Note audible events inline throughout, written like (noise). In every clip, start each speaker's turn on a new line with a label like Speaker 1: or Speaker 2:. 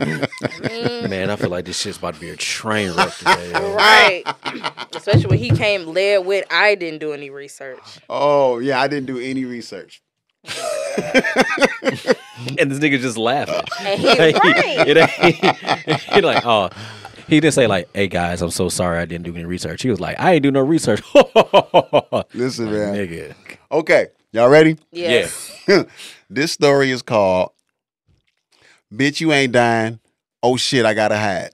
Speaker 1: Man, I feel like this shit's about to be a train
Speaker 2: (laughs)
Speaker 1: wreck today. yo.
Speaker 3: Right. (laughs) Especially when he came led with I didn't do any research.
Speaker 2: Oh yeah, I didn't do any research.
Speaker 4: and this nigga just
Speaker 2: (laughs)
Speaker 4: laughing.
Speaker 3: And he
Speaker 4: Like, (laughs)
Speaker 3: right.
Speaker 4: it ain't, (laughs) he like, oh, he didn't say like, hey guys, I'm so sorry I didn't do any research. He was like, I ain't do no research. (laughs)
Speaker 2: Listen, man.
Speaker 4: Nigga,
Speaker 2: Okay, y'all ready?
Speaker 3: Yes.
Speaker 2: This story is called "Bitch, you ain't dying." Oh shit, I gotta hide.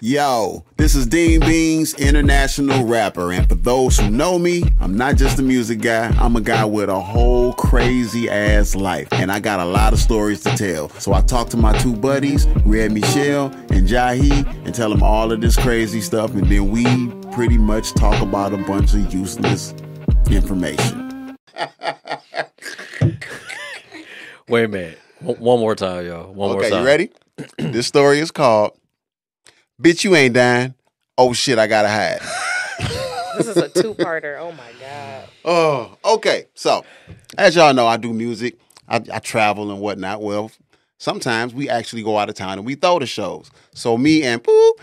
Speaker 2: (laughs) Yo, this is Dean Beans, international rapper. And for those who know me, I'm not just a music guy, I'm a guy with a whole crazy ass life. And I got a lot of stories to tell. So I talked to my two buddies, Red Michelle and Jahi, and tell them all of this crazy stuff. And then we pretty much talk about a bunch of useless information.
Speaker 4: wait a minute. One one more time, yo. One more
Speaker 2: okay,
Speaker 4: time.
Speaker 2: you ready? (clears throat) this story is called Bitch, You Ain't Dying. Oh shit, I gotta hide.
Speaker 3: This is a two parter. Oh my God.
Speaker 2: Oh, okay. So, as y'all know, I do music. I, I travel and whatnot. Well, sometimes we actually go out of town and we throw the shows. So me and Pooh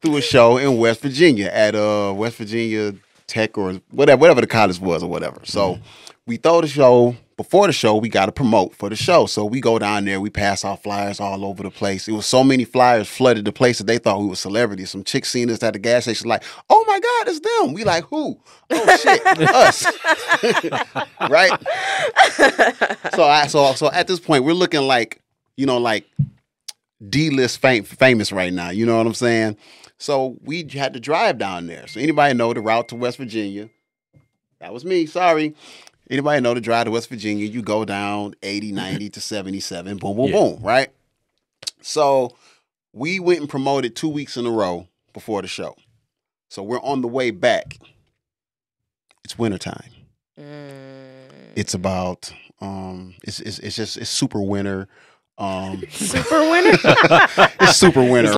Speaker 2: threw a show in West Virginia at uh West Virginia Tech or whatever whatever the college was or whatever. So we throw the show. Before the show, we got to promote for the show. So we go down there, we pass out flyers all over the place. It was so many flyers flooded the place that they thought we were celebrities. Some chick seen us at the gas station, like, oh my God, it's them. We like, who? Oh shit, us right? so I so so at this point we're looking like you know like D list fam- famous right now. You know what I'm saying? So we had to drive down there. So anybody know the route to West Virginia? That was me. Sorry. Anybody know the drive to West Virginia? You go down 80, 90 to 77. Boom, boom,
Speaker 4: Yeah.
Speaker 2: boom. Right. So we went and promoted two weeks in a row before the show. So we're on the way back. It's wintertime
Speaker 3: Mm.
Speaker 2: it's about um it's it's, it's just it's super winter um
Speaker 3: Super winner.
Speaker 2: it's super winter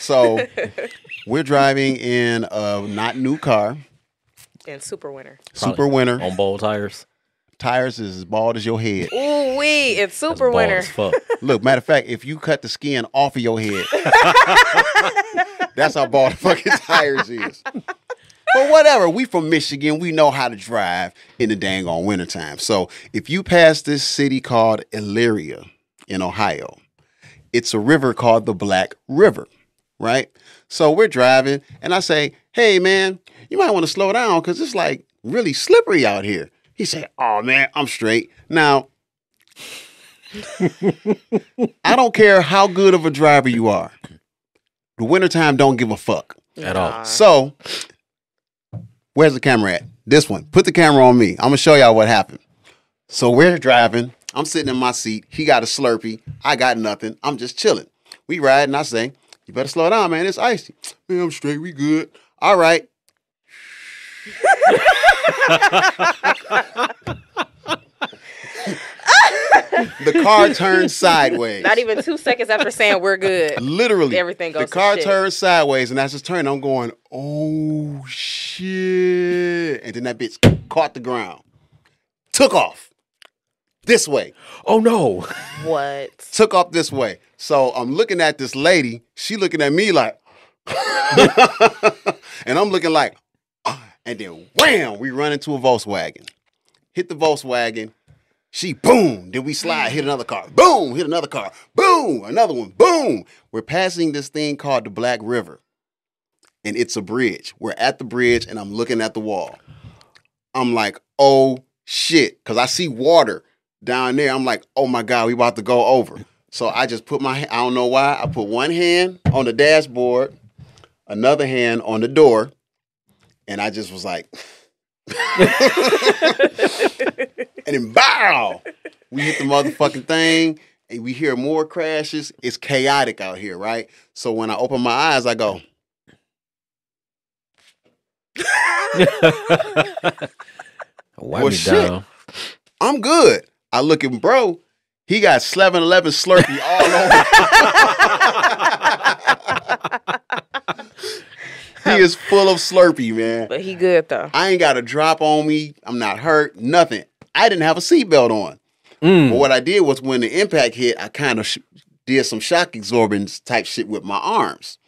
Speaker 2: so we're driving in a not new car
Speaker 3: (laughs) and super winner.
Speaker 2: super winter
Speaker 4: On bowl tires.
Speaker 2: tires is as bald as your head
Speaker 3: Ooh wee.
Speaker 4: That's
Speaker 3: It's super
Speaker 4: bald
Speaker 3: winner.
Speaker 4: as fuck.
Speaker 2: Look, matter of fact, if you cut the skin off of your head, that's how bald the fucking tires is. But whatever, we from Michigan, we know how to drive in the dang on wintertime. So if you pass this city called Elyria in Ohio, it's a river called the Black River, right? So we're driving, and I say, "Hey, man, you might want to slow down because it's like really slippery out here." He said, "Oh man, I'm straight." Now, I don't care how good of a driver you are. The wintertime don't give a fuck.
Speaker 4: At all.
Speaker 3: Nah.
Speaker 2: So, where's the camera at? This one. Put the camera on me. I'm gonna show y'all what happened. So we're driving. I'm sitting in my seat. He got a Slurpee. I got nothing. I'm just chilling. We ride, and I say, "You better slow down, man. It's icy." Man, I'm straight. We good. All right. the car turned sideways.
Speaker 3: Not even two seconds after saying we're good.
Speaker 2: (laughs) Literally,
Speaker 3: Everything goes
Speaker 2: The
Speaker 3: to
Speaker 2: car
Speaker 3: shit.
Speaker 2: turns sideways, and as it's turning, I'm going, "Oh shit!" And then that bitch caught the ground, took off this way,
Speaker 4: Oh
Speaker 2: (laughs)
Speaker 4: no.
Speaker 3: What?
Speaker 2: took off this way. So I'm looking at this lady. She looking at me like, (laughs) and I'm looking like, ah, and then wham, we run into a Volkswagen, hit the Volkswagen. She boom, then we slide, hit another car, boom, hit another car, boom, another one, boom. We're passing this thing called the Black River, and it's a bridge. We're at the bridge, and I'm looking at the wall. I'm like, oh shit, because I see water down there. I'm like, oh my god, we about to go over. So I just put my, I don't know why, I put one hand on the dashboard, another hand on the door, and I just was like, (laughs) and then bow, we hit the motherfucking thing, and we hear more crashes. It's chaotic out here, right? So when I open my eyes, I go,
Speaker 4: Wipe
Speaker 2: Well,
Speaker 4: me
Speaker 2: shit.
Speaker 4: down.
Speaker 2: I'm good. I look at bro, He got 7 Eleven Slurpee all over. he is full of Slurpee, man.
Speaker 3: But he good though.
Speaker 2: I ain't got a drop on me. I'm not hurt. Nothing. I didn't have a seatbelt on. But what I did was when the impact hit, I kind of sh- did some shock absorbance type shit with my arms.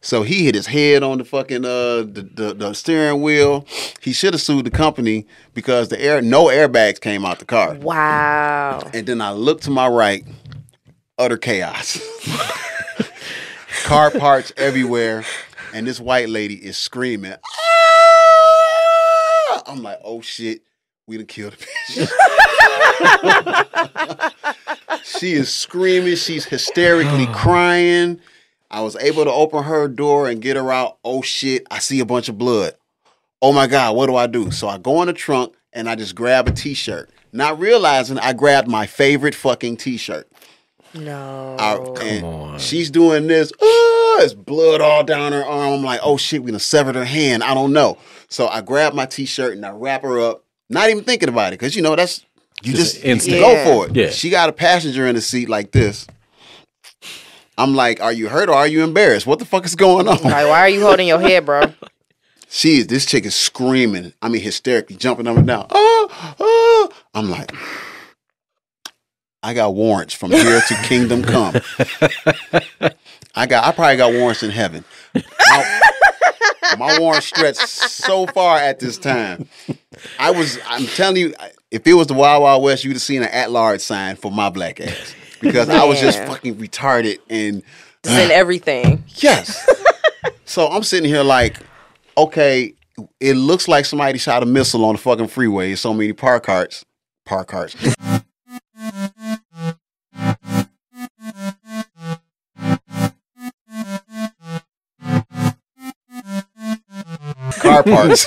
Speaker 2: So he hit his head on the fucking uh the, the, the steering wheel. He should have sued the company because the air no airbags came out the car.
Speaker 3: Wow.
Speaker 2: And then I looked to my right, utter chaos. Car parts everywhere, and this white lady is screaming. "Ah!" I'm like, oh shit, we done killed a bitch. (laughs) she is screaming. She's hysterically crying. I was able to open her door and get her out. Oh shit, I see a bunch of blood oh my God, what do I do? So I go in the trunk and I just grab a t shirt, not realizing I grabbed my favorite fucking t shirt.
Speaker 3: No.
Speaker 4: Oh,
Speaker 2: Come on. She's doing this. "Ah," it's blood all down her arm. I'm like, oh shit, we done severed her hand. I don't know. So I grab my t shirt and I wrap her up, not even thinking about it, because you know, that's, you
Speaker 4: Just
Speaker 2: just,
Speaker 4: an instinct.
Speaker 2: go
Speaker 3: Yeah.
Speaker 2: for it.
Speaker 4: Yeah.
Speaker 2: She got a passenger in the seat like this. I'm like, are you hurt or are you embarrassed? What the fuck is going on?
Speaker 3: Like, why are you holding your head, bro?
Speaker 2: She is this chick is screaming. I mean, hysterically jumping up and down. Oh, oh. I'm like, I got warrants from here to kingdom come. I got, I probably got warrants in heaven. I- my warrants stretched so far at this time. I was, I'm telling you, if it was the Wild Wild West, you'd have seen an at large sign for my black ass because I was just
Speaker 3: Man.
Speaker 2: fucking retarded and.
Speaker 3: It's in everything.
Speaker 2: Yes. so I'm sitting here like, okay, it looks like somebody shot a missile on the fucking freeway. There's so many park carts. Park carts. Car parts.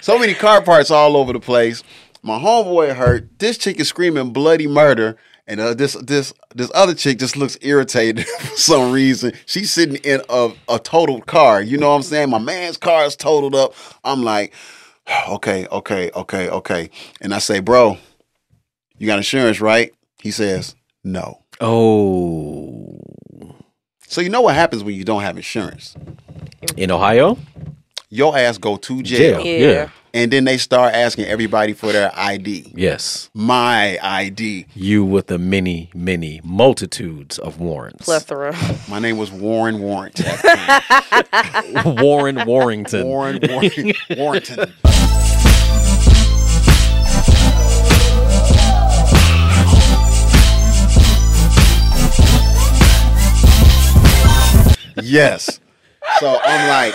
Speaker 2: so many car parts all over the place. My homeboy hurt. This chick is screaming bloody murder, and uh, this this this other chick just looks irritated (laughs) for some reason. She's sitting in a a totaled car. You know what I'm saying? My man's car is totaled up. I'm like, (sighs) okay, okay, okay, okay. And I say, bro, you got insurance, right? He says, no.
Speaker 4: Oh,
Speaker 2: So you know what happens when you don't have insurance?
Speaker 4: in Ohio?
Speaker 2: Your ass go to jail,
Speaker 4: Jail.
Speaker 3: Yeah.
Speaker 4: Yeah.
Speaker 2: and then they start asking everybody for their ID.
Speaker 4: Yes,
Speaker 2: My ID.
Speaker 4: you with the many, many multitudes of warrants.
Speaker 3: Plethora.
Speaker 2: My name was Warren Warrington. at the time.
Speaker 4: (laughs) Warren Warrington.
Speaker 2: Warren Warren Warrington. yes. So I'm like,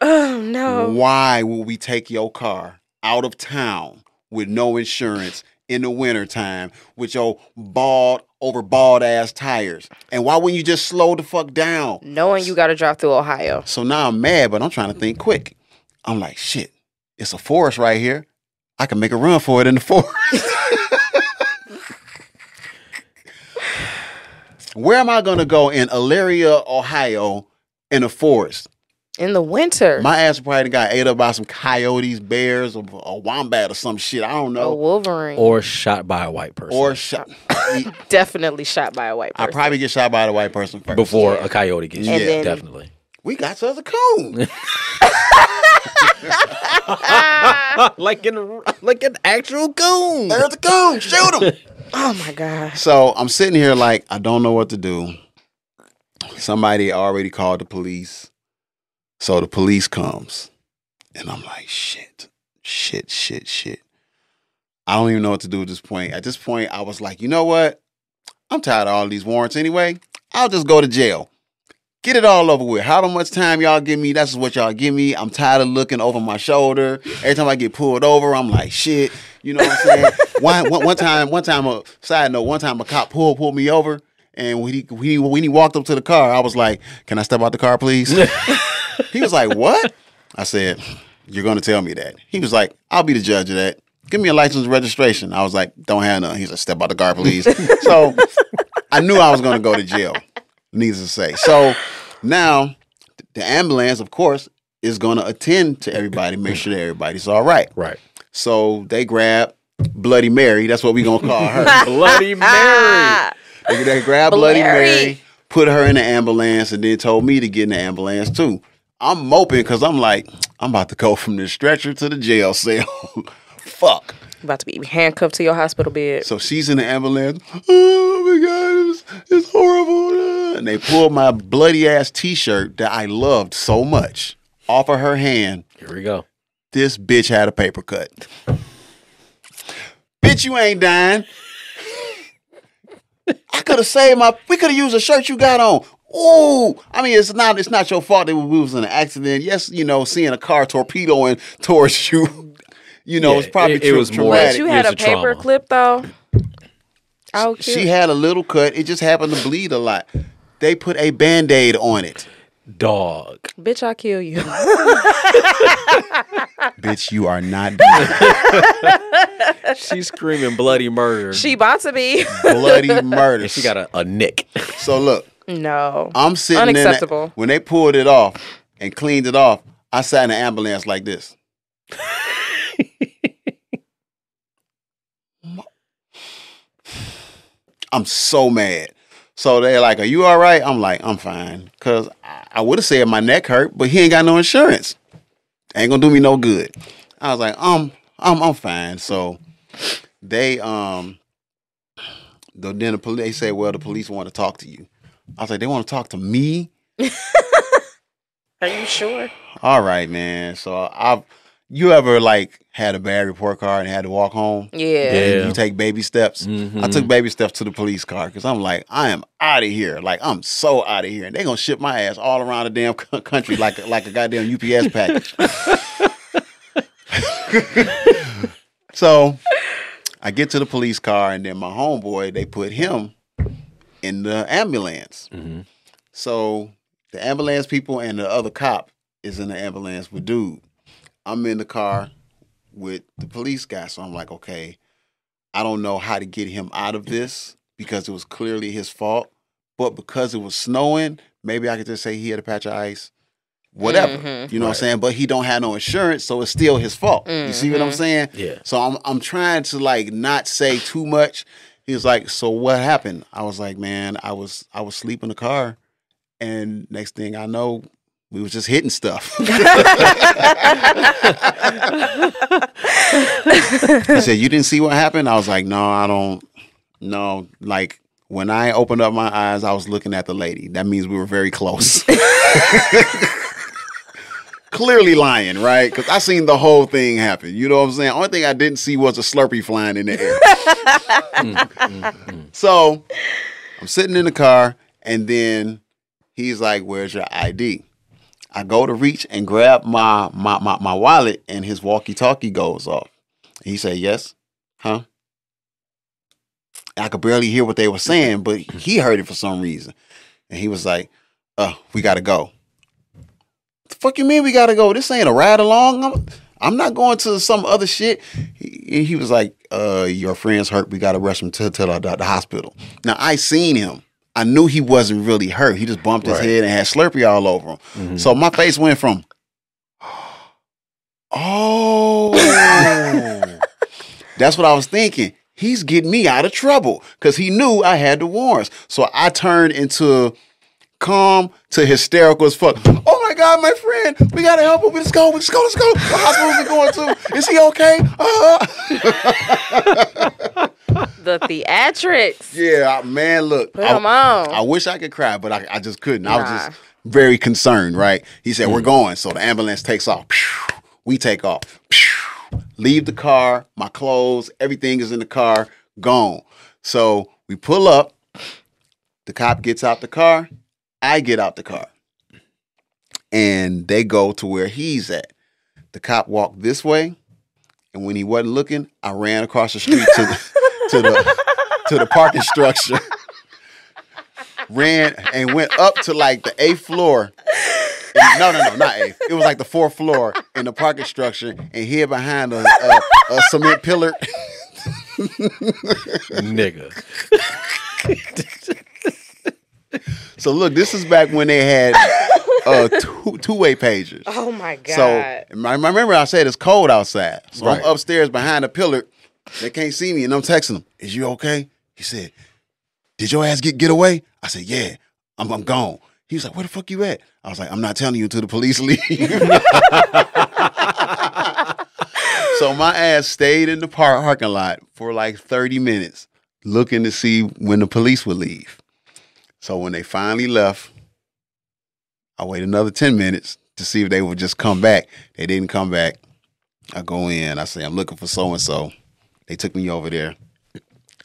Speaker 3: Oh no.
Speaker 2: why would we take your car out of town with no insurance in the wintertime with your bald over bald ass tires? And why wouldn't you just slow the fuck down?
Speaker 3: Knowing you got to drive through Ohio.
Speaker 2: So now I'm mad, but I'm trying to think quick. I'm like, shit, it's a forest right here. I can make a run for it in the forest. (laughs) Where am I gonna go in Elyria, Ohio, in a forest?
Speaker 3: In the winter.
Speaker 2: My ass probably got ate up by some coyotes, bears, or a wombat or some shit. I don't
Speaker 3: a
Speaker 2: know.
Speaker 3: Wolverine.
Speaker 4: Or shot by a white person.
Speaker 2: Or shot. I
Speaker 3: Definitely shot by a white person.
Speaker 2: probably get shot by the white person first.
Speaker 4: before a coyote gets you.
Speaker 3: And then-
Speaker 4: definitely.
Speaker 3: (laughs)
Speaker 2: we got us a coon.
Speaker 3: (laughs) Ah.
Speaker 4: (laughs) like an like an actual goon.
Speaker 2: There's a coon. Shoot him.
Speaker 3: oh my gosh.
Speaker 2: (laughs) So I'm sitting here like I don't know what to do. Somebody already called the police. So the police comes. And I'm like, shit, shit, shit, shit. I don't even know what to do at this point. At this point, I was like, you know what? I'm tired of all these warrants anyway. I'll just go to jail. Get it all over with. However much time y'all give me, that's what y'all give me. I'm tired of looking over my shoulder. Every time I get pulled over, I'm like, shit. You know what I'm saying? (laughs) one, one, one time, one time, a side note, one time a cop pulled pulled me over, and when he, when he when he walked up to the car, I was like, "Can I step out the car, please?" he was like, "What?" I said, "You're gonna tell me that." He was like, "I'll be the judge of that. Give me a license and registration." I was like, "Don't have none." He's like, "Step out the car, please." so I knew I was gonna go to jail. Needless to say, so now the ambulance, of course, is gonna attend to everybody, make sure that everybody's all right.
Speaker 4: Right.
Speaker 2: So they grab Bloody Mary. That's what we gonna
Speaker 4: (laughs)
Speaker 2: call
Speaker 3: (laughs)
Speaker 2: her.
Speaker 4: Bloody Mary.
Speaker 3: Ah,
Speaker 2: they, they grabbed Bloody
Speaker 3: Blurry.
Speaker 2: Mary, put her in the ambulance, and then told me to get in the ambulance too. I'm moping because I'm like, I'm about to go from the stretcher to the jail cell. (laughs) Fuck.
Speaker 3: about to be handcuffed to your hospital bed.
Speaker 2: So she's in the ambulance. Oh my god, it's, it's horrible. And they pulled my bloody ass T-shirt that I loved so much off of her hand.
Speaker 4: Here we go.
Speaker 2: This bitch had a paper cut. bitch, you ain't dying. I could have saved my. We could have used a shirt you got on. Ooh, I mean, it's not. It's not your fault that we was in an accident. Yes, you know, seeing a car torpedoing (laughs) towards you. You know,
Speaker 4: Yeah,
Speaker 2: it's probably
Speaker 4: it- it
Speaker 2: tra-
Speaker 4: was more-
Speaker 2: traumatic.
Speaker 3: But you had
Speaker 4: Here's the
Speaker 3: a
Speaker 4: trauma.
Speaker 3: paper clip though. Oh,
Speaker 2: She had a little cut. It just happened to bleed a lot. They put a band aid on it.
Speaker 4: Dog.
Speaker 3: bitch, I'll kill you. (laughs)
Speaker 2: Bitch, you are
Speaker 4: (laughs)
Speaker 2: not dead.
Speaker 4: She's screaming bloody murder.
Speaker 3: she about to be. (laughs)
Speaker 2: bloody murder.
Speaker 4: and she got a, a nick.
Speaker 2: So look,
Speaker 3: no.
Speaker 2: I'm sitting in that-
Speaker 3: Unacceptable.
Speaker 2: when they pulled it off and cleaned it off, I sat in the ambulance like this. I'm so mad. So they're like, "Are you all right?" I'm like, "I'm fine," because I, I would have said my neck hurt, but he ain't got no insurance. Ain't gonna do me no good. I was like, "Um, I'm I'm fine." So they um, the, then the police they said, "Well, the police want to talk to you." I was like, "They want to talk to me."
Speaker 3: Are you sure?
Speaker 2: All right, man. So I've you ever like had a bad report card and had to walk home?
Speaker 3: Yeah.
Speaker 2: (laughs)
Speaker 4: Yeah.
Speaker 2: You take baby steps.
Speaker 4: Mm-hmm. (laughs)
Speaker 2: I took baby steps to the police car because I'm like, I am out of here. Like I'm so out of here, and they gonna ship my ass all around the damn c- country like like a goddamn UPS package. (laughs) so I get to the police car, and then my homeboy they put him in the ambulance.
Speaker 4: Mm-hmm.
Speaker 2: So the ambulance people and the other cop is in the ambulance with dude. I'm in the car with the police guy, so I'm like, okay, I don't know how to get him out of this because it was clearly his fault. But because it was snowing, maybe I could just say he had a patch of ice, whatever. You know what I'm saying? But he don't have no insurance, so it's still his fault. You see what I'm saying?
Speaker 4: Yeah.
Speaker 2: So I'm I'm trying to like not say too much. He was like, "So what happened?" I was like, "Man, I was I was sleeping in the car, and next thing I know, we was just hitting stuff." (laughs)
Speaker 3: (laughs)
Speaker 2: He said, "You didn't see what happened." I was like, "No, I don't. No, like when I opened up my eyes, I was looking at the lady. That means we were very close." Clearly lying, right? Because I seen the whole thing happen. You know what I'm saying? Only thing I didn't see was a Slurpee flying in the air. so I'm sitting in the car, and then he's like, "Where's your ID?" I go to reach and grab my my my, my wallet, and his walkie-talkie goes off. He said, Yes. Huh? I could barely hear what they were saying, but he heard it for some reason. And he was like, Uh, we gotta go. The fuck you mean we gotta go? This ain't a ride along. I'm I'm not going to some other shit. He, he was like, uh, your friend's hurt. We gotta rush him to, to the, the hospital. Now I seen him. I knew he wasn't really hurt. He just bumped his
Speaker 4: Right.
Speaker 2: head and had Slurpee all over him.
Speaker 4: Mm-hmm.
Speaker 2: So my face went from (gasps) Oh. (laughs) That's what I was thinking. He's getting me out of trouble because he knew I had the warrants. So I turned into calm to hysterical as fuck. Oh my God, my friend, we gotta help him. Let's go, let's go, let's go. What hospital is he going to? Is he okay? Uh.
Speaker 3: (laughs) The theatrics.
Speaker 2: (laughs) Yeah, I- man, look.
Speaker 3: Put
Speaker 2: I-
Speaker 3: 'em on.
Speaker 2: I wish I could cry, but I, I just couldn't. I was
Speaker 3: Nah.
Speaker 2: just very concerned, right? He said, We're going. So the ambulance takes off. Pew. We take off. Pew. Leave the car. My clothes, everything is in the car, gone. So we pull up. The cop gets out the car. I get out the car. And they go to where he's at. The cop walked this way. And when he wasn't looking, I ran across the street to the, to the to the parking structure. Ran and went up to like the eighth floor. And- No, no, no, not eighth. It was like the fourth floor in the parking structure and hid behind a, a, a cement pillar. (laughs)
Speaker 4: Nigga.
Speaker 2: So look, this is back when they had uh, two two way pagers.
Speaker 3: Oh my god.
Speaker 2: So I remember I said it's cold outside. So
Speaker 4: Right.
Speaker 2: I'm upstairs behind a pillar They can't see me, and I'm texting him. Is you okay? He said, Did your ass get get away? I said, Yeah, I'm I'm gone. He was like, Where the fuck you at? I was like, I'm not telling you until the police (laughs) leave. so my ass stayed in the park parking lot for like 30 minutes, looking to see when the police would leave. So when they finally left, I wait another 10 minutes to see if they would just come back. They didn't come back. I go in, I say, I'm looking for so and so. They took me over there.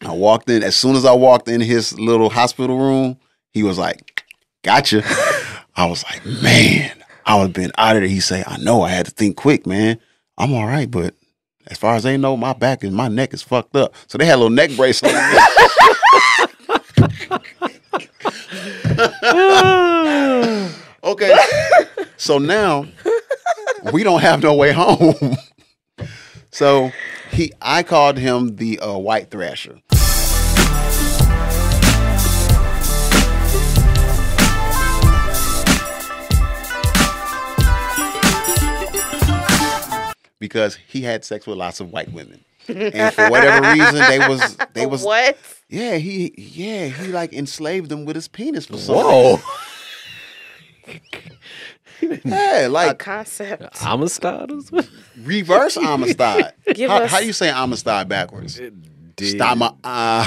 Speaker 2: I walked in. As soon as I walked in his little hospital room, he was like, Gotcha. (laughs) I was like, Man, I would have been out of there. He say, I know I had to think quick, man. I'm all right, but as far as they know, my back and my neck is fucked up. So they had a little neck brace on me. Okay. (laughs) so now we don't have no way home. (laughs) so he I called him the uh, white thrasher. Because he had sex with lots of white women. And for whatever reason they was
Speaker 3: (laughs)
Speaker 2: they was
Speaker 3: what?
Speaker 2: yeah, he yeah, he like enslaved them with his penis for some
Speaker 4: Whoa.
Speaker 3: A
Speaker 2: Yeah, like
Speaker 3: concept.
Speaker 4: Amistad? (laughs) is-
Speaker 2: reverse
Speaker 3: (laughs)
Speaker 2: Amistad.
Speaker 3: Give
Speaker 2: how,
Speaker 3: us-
Speaker 2: how do you say Amistad backwards?
Speaker 4: Did-
Speaker 2: Stama. Uh,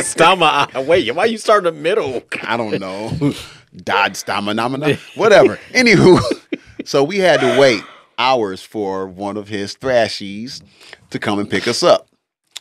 Speaker 4: Stama. (laughs) Wait, why you start in the middle?
Speaker 2: I don't know. Dod Stama Namana. Whatever. Anywho, (laughs) so we had to wait hours for one of his thrashies to come and pick us up.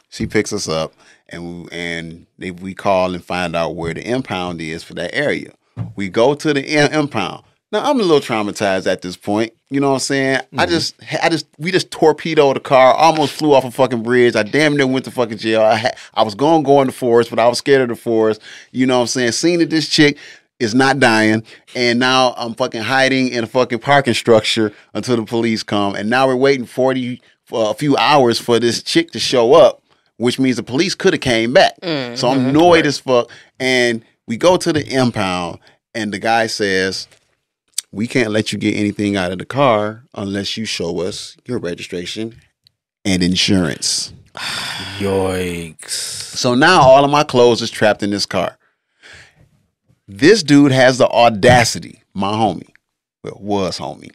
Speaker 2: She picks us up, and we, and they, we call and find out where the impound is for that area. We go to the im- impound. Now I'm a little traumatized at this point. You know what I'm saying? I just, I just, we just torpedoed a car. Almost flew off a fucking bridge. I damn near went to fucking jail. I, had, I was going to go in the forest, but I was scared of the forest. You know what I'm saying? Seeing that this chick is not dying, and now I'm fucking hiding in a fucking parking structure until the police come, and now we're waiting forty uh, a few hours for this chick to show up which means the police could have came back.
Speaker 3: Mm-hmm. Mm.
Speaker 2: So I'm annoyed as fuck. And we go to the impound, and the guy says, "We can't let you get anything out of the car unless you show us your registration and insurance."
Speaker 4: Yikes.
Speaker 2: So now all of my clothes is trapped in this car. This dude has the audacity, my homie, well, was homie,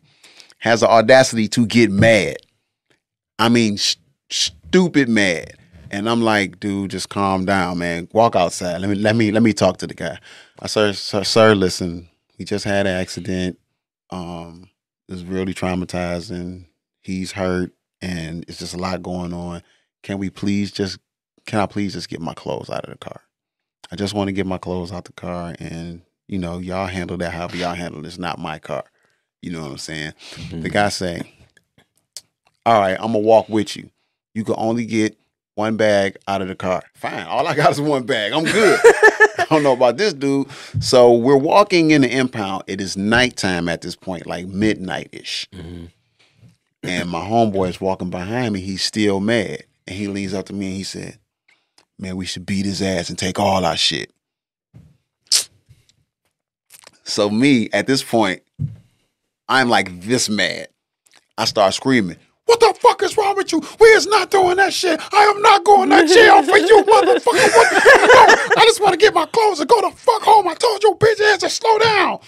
Speaker 2: has the audacity to get mad. I mean, st- stupid mad. And I'm like, dude, just calm down, man. Walk outside. Let me, let me, let me talk to the guy. I sir, sir, sir, listen. We just had an accident. Um, it was really traumatizing. He's hurt, and it's just a lot going on. Can we please just can I please just get my clothes out of the car? I just want to get my clothes out the car and, you know, y'all handle that however y'all handle it. It's not my car. You know what I'm saying? The guy saying, All right, I'm gonna walk with you. You can only get one bag out of the car. Fine. All I got is one bag. I'm good. I don't know about this dude. So we're walking in the impound. It is nighttime at this point, like midnight ish and my homeboy is walking behind me. He's still mad, and he leans up to me and he said, "Man, we should beat his ass and take all our shit." So me at this point, I'm like this mad. I start screaming. What the fuck is wrong with you? We is not doing that shit. I am not going to jail for you, motherfucker. What the fuck? No, I just want to get my clothes and go the fuck home. I told your bitch ass to slow down.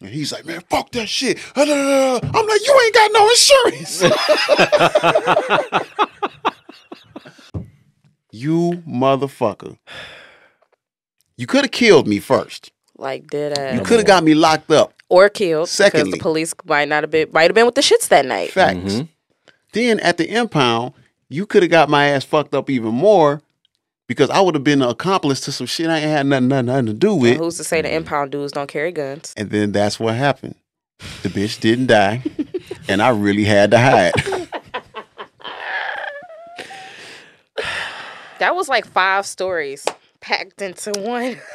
Speaker 2: And he's like, man, fuck that shit. Uh, da, da, da. I'm like, you ain't got no insurance. (laughs) you motherfucker. You could have killed me first.
Speaker 3: Like dead
Speaker 2: You
Speaker 3: ass.
Speaker 2: could have got me locked up.
Speaker 3: Or killed. Because
Speaker 2: Secondly.
Speaker 3: the police might not have been might have been with the shits that night.
Speaker 2: Facts. Then at the impound, you could have got my ass fucked up even more because I would have been an accomplice to some shit I ain't had nothing, nothing, nothing to do
Speaker 3: And
Speaker 2: with.
Speaker 3: who's to say the impound dudes don't carry guns?
Speaker 2: And then that's what happened. The bitch didn't die, and I really had to
Speaker 3: (laughs)
Speaker 2: hide.
Speaker 3: That was like five stories packed into one. (laughs)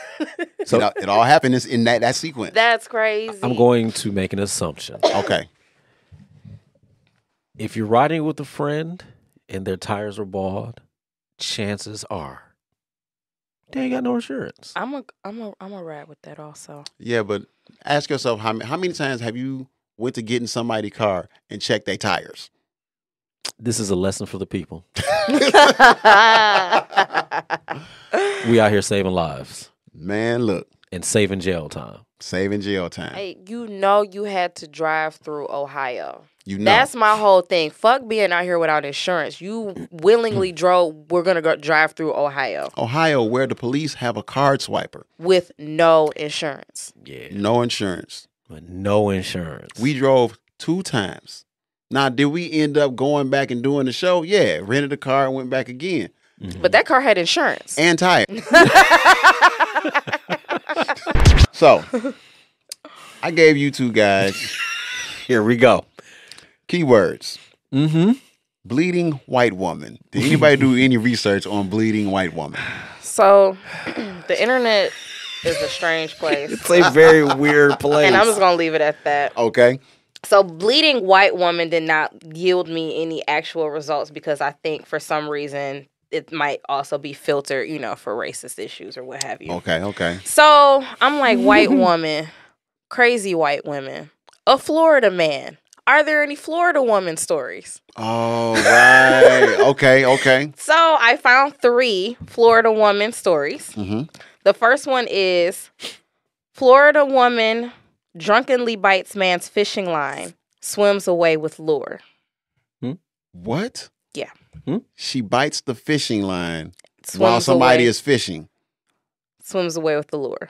Speaker 2: So it all, it all happened is in that, that sequence.
Speaker 3: That's crazy.
Speaker 4: I'm going to make an assumption.
Speaker 2: okay.
Speaker 4: If you're riding with a friend and their tires are bald, chances are they ain't got no insurance.
Speaker 3: I'm a I'm a I'm a ride with that also.
Speaker 2: Yeah, but ask yourself
Speaker 3: (laughs)
Speaker 2: how many, how many times have you went to get in somebody's car and checked their tires?
Speaker 4: This is a lesson for the people. We out here saving lives
Speaker 2: Man, look,
Speaker 4: and saving jail time.
Speaker 2: saving jail
Speaker 3: (laughs)
Speaker 2: time.
Speaker 3: Hey, you know you had to drive through Ohio.
Speaker 2: you know,
Speaker 3: That's my whole thing. Fuck being out here without insurance. You willingly drove. We're gonna go drive through Ohio
Speaker 2: Ohio, where the police have a card swiper,
Speaker 3: with no insurance.
Speaker 4: Yeah.
Speaker 2: no insurance.
Speaker 4: But no insurance.
Speaker 2: We drove two times. Now, did we end up going back and doing the show? Yeah, rented a car and went back again.
Speaker 3: But that car had insurance.
Speaker 2: And tired. so, I gave you two guys
Speaker 4: (laughs) here we go.
Speaker 2: keywords.
Speaker 4: Mm-hmm.
Speaker 2: Bleeding white woman. Did anybody do any research on bleeding white woman?
Speaker 3: so, (clears throat) the internet is a strange place,
Speaker 4: It's a very weird place.
Speaker 3: (laughs) and I'm just gonna leave it at that.
Speaker 2: Okay.
Speaker 3: So, bleeding white woman did not yield me any actual results because I think for some reason it might also be filtered, you know, for racist issues or what have you.
Speaker 2: Okay. Okay.
Speaker 3: So I'm like,
Speaker 4: (laughs)
Speaker 3: white woman, crazy white women, a Florida man. Are there any Florida woman stories?
Speaker 2: All right. Okay. Okay.
Speaker 3: So I found three Florida woman stories.
Speaker 2: hmm
Speaker 3: The first one is Florida woman drunkenly bites man's fishing line, swims away with lure.
Speaker 2: What?
Speaker 3: Yeah.
Speaker 4: Hmm?
Speaker 2: She bites the fishing line
Speaker 3: Swims
Speaker 2: while somebody
Speaker 3: away,
Speaker 2: is fishing.
Speaker 3: (laughs) swims away with the lure.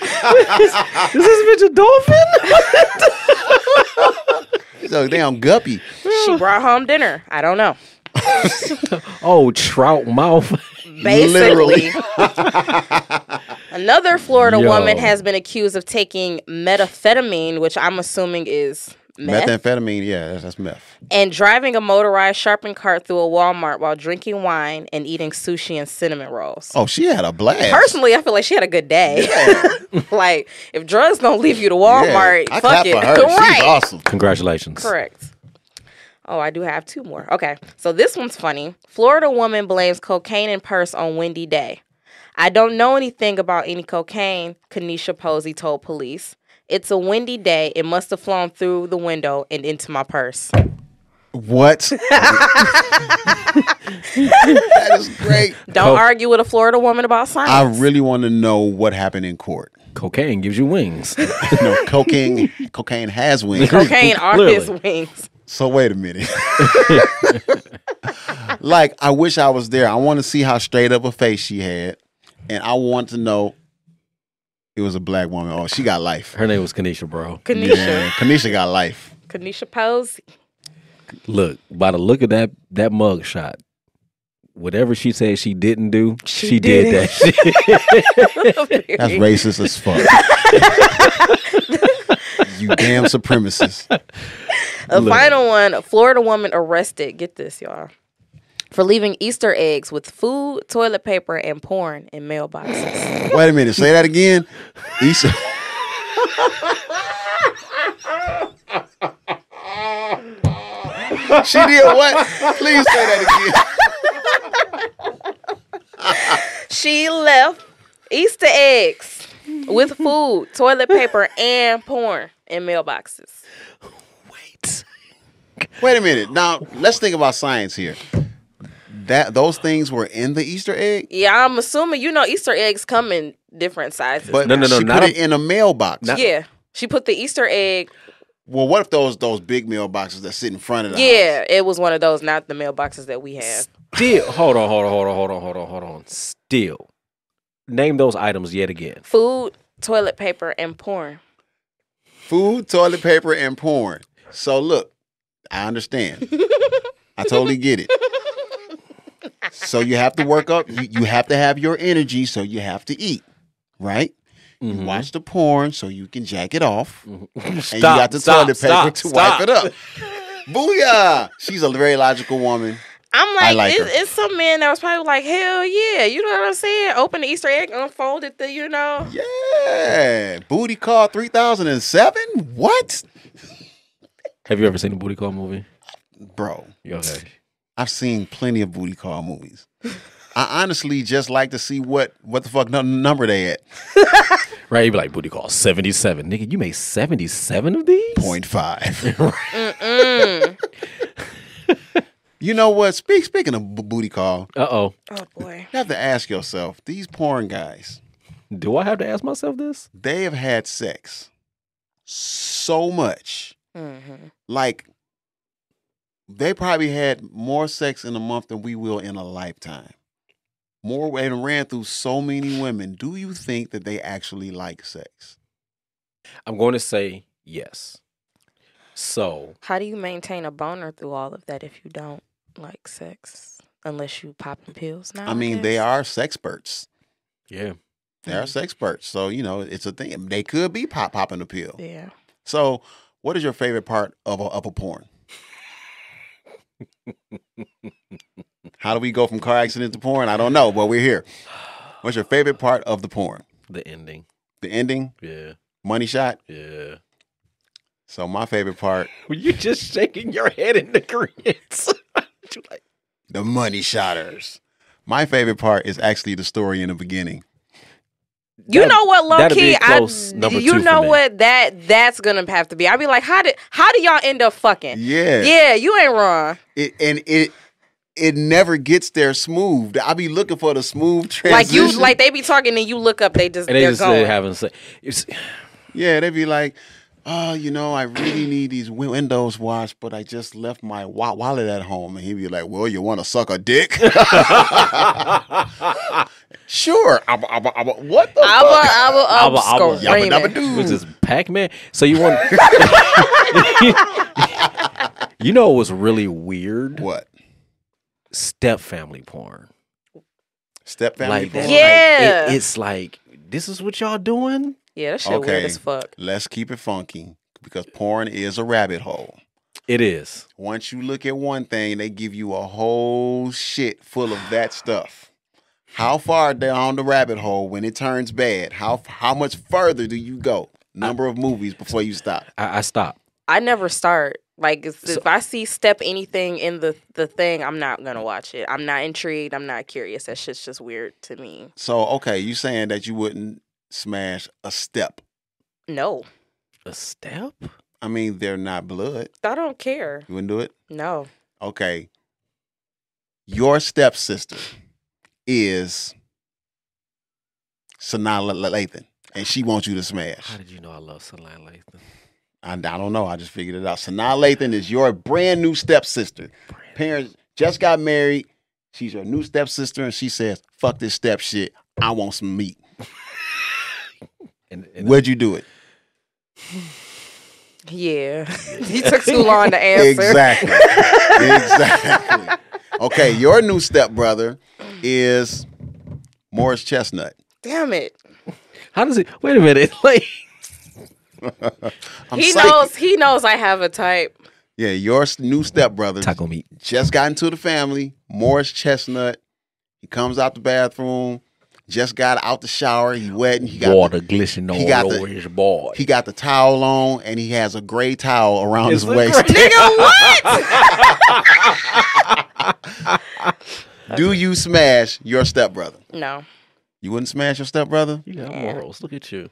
Speaker 4: is this bitch a
Speaker 2: (laughs)
Speaker 4: dolphin?
Speaker 2: She's a damn guppy.
Speaker 3: She brought home dinner. I don't know.
Speaker 4: oh, trout mouth.
Speaker 3: Basically,
Speaker 2: (laughs)
Speaker 3: another Florida
Speaker 4: Yo.
Speaker 3: woman has been accused of taking methamphetamine, which I'm assuming is meth,
Speaker 2: Methamphetamine. Yeah, that's, that's meth.
Speaker 3: and driving a motorized shopping cart through a Walmart while drinking wine and eating sushi and cinnamon rolls.
Speaker 2: Oh, she had a blast.
Speaker 3: Personally, I feel like she had a good day. (laughs) like, if drugs don't leave you to Walmart,
Speaker 2: Yeah, I
Speaker 3: fuck
Speaker 2: clap
Speaker 3: it.
Speaker 2: for
Speaker 3: (laughs)
Speaker 2: her.
Speaker 3: right.
Speaker 2: She's awesome.
Speaker 4: Congratulations.
Speaker 3: Correct. Oh, I do have two more. Okay. So this one's funny. Florida woman blames cocaine in purse on windy day. I don't know anything about any cocaine, Kanisha Posey told police. It's a windy day. It must have flown through the window and into my purse.
Speaker 2: What?
Speaker 3: (laughs)
Speaker 2: that is great.
Speaker 3: Don't argue with a Florida woman about
Speaker 2: I
Speaker 3: science.
Speaker 2: really want to know what happened in court. (laughs)
Speaker 4: Cocaine gives you wings.
Speaker 2: You know, cocaine, cocaine
Speaker 3: (laughs)
Speaker 2: has wings. (laughs)
Speaker 3: cocaine are his
Speaker 4: Clearly.
Speaker 3: wings.
Speaker 2: So wait a minute. (laughs) like I wish I was there. I want to see how straight up a face she had, and I want to know it was a black woman. Oh, she got life.
Speaker 4: Her name was Kanisha, bro.
Speaker 3: Kanisha.
Speaker 2: Yeah, Kanisha got life.
Speaker 3: Kanisha Posey. (laughs)
Speaker 4: Look, by the look of that that mug shot, whatever she said she didn't do, she, did, that
Speaker 3: did it.
Speaker 4: shit.
Speaker 2: That's racist as fuck. you damn supremacist.
Speaker 3: A final one. A Florida woman arrested. Get this, y'all. For leaving Easter eggs with food, toilet paper, and porn in mailboxes.
Speaker 2: (laughs) Wait a minute. Say that again. Issa. (laughs) she did what? Please say that again.
Speaker 3: she left Easter eggs with food, toilet paper, and porn in mailboxes.
Speaker 4: Wait.
Speaker 2: Wait a minute. Now let's think about science here. That those things were in the Easter egg,
Speaker 3: Yeah, I'm assuming you know Easter eggs come in different sizes.
Speaker 2: but
Speaker 4: No, no, no,
Speaker 2: she
Speaker 4: not
Speaker 2: put it
Speaker 4: a-
Speaker 2: in a mailbox.
Speaker 3: yeah. She put the Easter egg.
Speaker 2: Well, what if those those big mailboxes that sit in front of the house?
Speaker 3: Yeah, it was one of those, not the mailboxes that we have.
Speaker 4: Still, hold on, hold on, hold on, hold on, hold on, hold on. Still, name those items yet again.
Speaker 3: Food, toilet paper, and porn.
Speaker 2: food, toilet paper, and porn? So look, I understand. I totally get it. So you have to work up. You, you have to have your energy. So you have to eat, right?
Speaker 4: Mm-hmm.
Speaker 2: You watch the porn so you can jack it off.
Speaker 4: Stop,
Speaker 2: and you got the
Speaker 4: stop,
Speaker 2: toilet paper
Speaker 4: stop,
Speaker 2: to
Speaker 4: stop.
Speaker 2: wipe it up. (laughs) Booyah! She's a very logical woman.
Speaker 3: I'm
Speaker 2: I
Speaker 3: like,
Speaker 2: like
Speaker 3: it's,
Speaker 2: her.
Speaker 3: it's some men that was probably like, hell yeah, you know what I'm saying? Open the Easter egg, unfold it, the you know.
Speaker 2: Yeah, booty call three thousand and seven. What,
Speaker 4: Have you ever seen a booty call movie?
Speaker 2: bro?
Speaker 4: You Okay.
Speaker 2: I've seen plenty of booty call movies. I honestly just like to see what what the fuck num- number they at.
Speaker 4: Right? You'd be like, booty call 77. Nigga, you made 77 of these? (laughs)
Speaker 2: Point five. (laughs) you know what? Speak, speaking of b- booty call,
Speaker 4: Uh oh.
Speaker 3: Oh boy.
Speaker 2: you have to ask yourself: these porn guys,
Speaker 4: Do I have to ask myself this?
Speaker 2: they have had sex so much,
Speaker 3: Mm-hmm.
Speaker 2: like they probably had more sex in a month than we will in a lifetime. More and ran through so many women. Do you think that they actually like sex?
Speaker 4: I'm going to say yes. So,
Speaker 3: How do you maintain a boner through all of that if you don't like sex? Unless you popping pills now.
Speaker 2: I mean, they
Speaker 3: guess?
Speaker 2: are sex experts.
Speaker 4: yeah.
Speaker 2: They are sex experts. So, you know, it's a thing. They could be pop popping the pill.
Speaker 3: Yeah.
Speaker 2: So, what is your favorite part of a, of a porn? How do we go from car accident to porn? I don't know, but we're here. What's your favorite part of the porn?
Speaker 4: The ending.
Speaker 2: The ending,
Speaker 4: Yeah.
Speaker 2: money shot.
Speaker 4: Yeah.
Speaker 2: So, my favorite part,
Speaker 4: Were you just shaking your head in (laughs) agreement? You like,
Speaker 2: the money shotters. My favorite part is actually the story in the beginning.
Speaker 3: You
Speaker 4: That-
Speaker 3: know what, low
Speaker 4: that'd be
Speaker 3: key, I
Speaker 4: close number two
Speaker 3: you
Speaker 4: for
Speaker 3: know
Speaker 4: me.
Speaker 3: what that that's gonna have to be. I'd be like, how did how do y'all end up fucking?
Speaker 2: Yeah.
Speaker 3: Yeah, you ain't wrong.
Speaker 2: It, and it it never gets there smooth. I be looking for the smooth
Speaker 3: Like
Speaker 2: transition.
Speaker 3: you, like they be talking and you look up, they just
Speaker 4: and they
Speaker 3: they're
Speaker 4: just
Speaker 3: going.
Speaker 4: uh, having sex. It's,
Speaker 2: Yeah, they'd be like, oh, you know, I really need these win- windows washed, but I just left my wa- wallet at home. And he'd be like, well, you want to suck a dick? sure. Abba, abba, abba. What the
Speaker 3: Abba,
Speaker 2: fuck?
Speaker 3: abba, abba,
Speaker 4: Abba, abba,
Speaker 2: Yabba
Speaker 3: Oh, screaming.
Speaker 2: dabba
Speaker 4: It was
Speaker 2: doo.
Speaker 4: just Pac Man. So you want? (laughs) you know, it was really weird.
Speaker 2: What?
Speaker 4: Step family porn.
Speaker 2: Step family
Speaker 4: like that.
Speaker 2: porn?
Speaker 3: Yeah.
Speaker 4: Like, it- it's like this is what y'all doing.
Speaker 3: Yeah, that shit
Speaker 2: Okay.
Speaker 3: weird as fuck.
Speaker 2: Let's keep it funky because porn is a rabbit hole.
Speaker 4: It is.
Speaker 2: Once you look at one thing, they give you a whole shit full of that stuff. How far down the rabbit hole when it turns bad? How how much further do you go? Number of movies before you stop.
Speaker 4: I, I stopped.
Speaker 3: I never start. Like it's- if I see step anything in the the thing, I'm not gonna watch it. I'm not intrigued. I'm not curious. That shit's just weird to me.
Speaker 2: So okay, you saying that you wouldn't smash a step?
Speaker 3: No,
Speaker 4: A step?
Speaker 2: I mean, they're not blood.
Speaker 3: I don't care.
Speaker 2: You wouldn't do it.
Speaker 3: No,
Speaker 2: Okay. Your stepsister is Sanaa La- Lathan, and she wants you to smash.
Speaker 4: How did you know I love Celine Lathan?
Speaker 2: I, I don't know. I just figured it out. Sanaa Lathan is your brand new stepsister. Parents just got married. She's your new stepsister, and she says, "Fuck this step shit. I want some meat."
Speaker 4: And, and
Speaker 2: Where'd you do it?
Speaker 3: (laughs) yeah, you took too long to answer.
Speaker 2: Exactly.
Speaker 3: (laughs)
Speaker 2: exactly. Okay, your new stepbrother is Morris Chestnut.
Speaker 3: Damn it.
Speaker 4: how does it? Wait a minute. (laughs) Like
Speaker 2: I'm
Speaker 3: he
Speaker 2: psychic.
Speaker 3: knows. He knows I have a type.
Speaker 2: Yeah, your s- new stepbrother
Speaker 4: Mm-hmm. taco meat.
Speaker 2: just got into the family. Morris Chestnut. He comes out the bathroom. Just got out the shower. He wet and he got
Speaker 4: Water glistening all
Speaker 2: he got the-
Speaker 4: over his board.
Speaker 2: He got the towel on and he has a gray towel around
Speaker 4: It's
Speaker 2: his
Speaker 4: a
Speaker 2: waist.
Speaker 3: Nigga, what?
Speaker 2: (laughs) Do you smash your stepbrother?
Speaker 3: (laughs) no,
Speaker 2: You wouldn't smash your stepbrother?
Speaker 4: (laughs) You got morals. Look at you.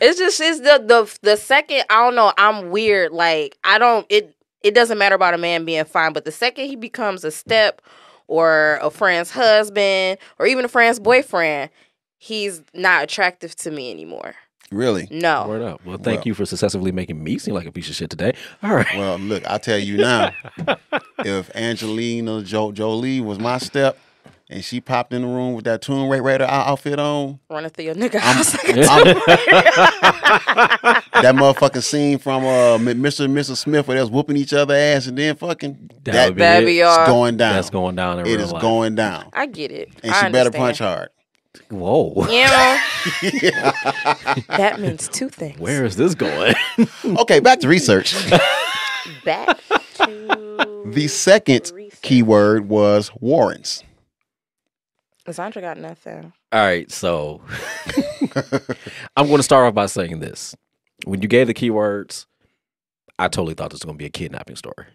Speaker 3: it's just it's the the the second I don't know. I'm weird. Like I don't it. It doesn't matter about a man being fine, but the second he becomes a step or a friend's husband or even a friend's boyfriend, he's not attractive to me anymore.
Speaker 2: Really?
Speaker 3: No.
Speaker 4: Word up. Well, thank
Speaker 2: Well.
Speaker 4: you for successfully making me seem like a piece of shit today. All
Speaker 2: (laughs)
Speaker 4: right.
Speaker 2: Well, look, I'll tell you
Speaker 4: (laughs)
Speaker 2: now. if Angelina jo- Jolie was my step and she popped in the room with that Tomb Ra- Raider ou- outfit on,
Speaker 3: Running through your nigga house. like a (laughs)
Speaker 2: I'm- that motherfucking scene from uh, M- Mr. and Mrs. Smith where they was whooping each other ass and then fucking,
Speaker 4: That
Speaker 2: that,
Speaker 4: would be-
Speaker 3: Baby,
Speaker 2: that's
Speaker 3: y'all.
Speaker 2: going down.
Speaker 4: That's going down in
Speaker 2: It
Speaker 4: real
Speaker 2: is
Speaker 4: life.
Speaker 2: going down.
Speaker 3: I get it.
Speaker 2: And
Speaker 3: I
Speaker 2: she better
Speaker 3: understand.
Speaker 2: punch hard. (laughs)
Speaker 4: Whoa.
Speaker 3: You know? that means two things.
Speaker 4: Where is this
Speaker 2: (laughs)
Speaker 4: going?
Speaker 2: Okay, back
Speaker 3: (laughs)
Speaker 2: to research. (laughs)
Speaker 3: Back to
Speaker 2: The second
Speaker 3: Research.
Speaker 2: keyword was warrants.
Speaker 3: Cassandra got nothing.
Speaker 4: All right, so I'm going to start off by saying this. When you gave the keywords, I totally thought this was going to be a kidnapping story.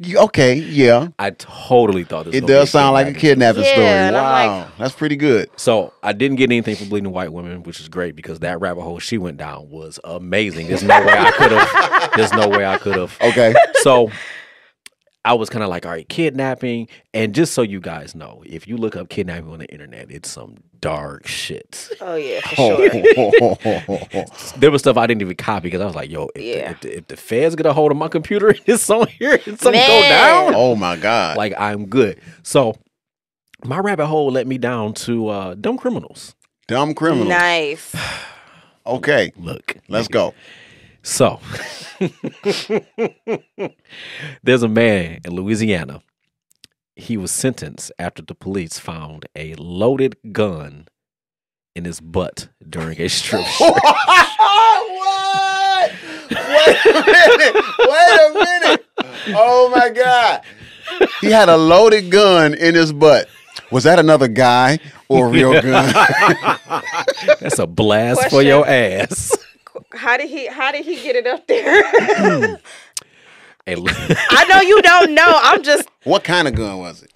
Speaker 2: You- okay, yeah.
Speaker 4: I totally thought this. was
Speaker 2: It
Speaker 4: gonna be
Speaker 2: does sound like a
Speaker 4: kidnapping.
Speaker 2: kidnapping
Speaker 3: Yeah,
Speaker 2: story.
Speaker 3: and I'm like-
Speaker 2: Wow, that's pretty good.
Speaker 4: So I didn't get anything for bleeding white women, which is great because that rabbit hole she went down was amazing. There's no way I could have. There's no way I could have.
Speaker 2: Okay,
Speaker 4: So I was kind of like, all right, kidnapping. And just so you guys know, if you look up kidnapping on the internet, it's some dark shit.
Speaker 3: Oh yeah, (laughs) for
Speaker 4: There was stuff I didn't even copy because I was like, yo, if,
Speaker 3: Yeah.
Speaker 4: the, if, the, if the feds get a hold of my computer and (laughs) it's on here and something go
Speaker 3: Man.
Speaker 4: down,
Speaker 2: (laughs) oh my god.
Speaker 4: like I'm good. So my rabbit hole led me down to uh, dumb criminals.
Speaker 2: Dumb criminal.
Speaker 3: Nice.
Speaker 2: Okay,
Speaker 4: Look,
Speaker 2: let's go.
Speaker 4: So, there's a man in Louisiana. He was sentenced after the police found a loaded gun in his butt during a
Speaker 3: (laughs)
Speaker 4: strip show.
Speaker 2: (laughs) what? Wait a minute. Wait a minute. Oh my God. He had a loaded gun in his butt. Was that another guy or a real gun?
Speaker 4: That's a blast for your ass.
Speaker 3: How did he? How did he get it up there?
Speaker 4: A lo-
Speaker 3: (laughs)
Speaker 4: (laughs)
Speaker 3: I know you don't know. I'm just
Speaker 2: what kind of gun was it?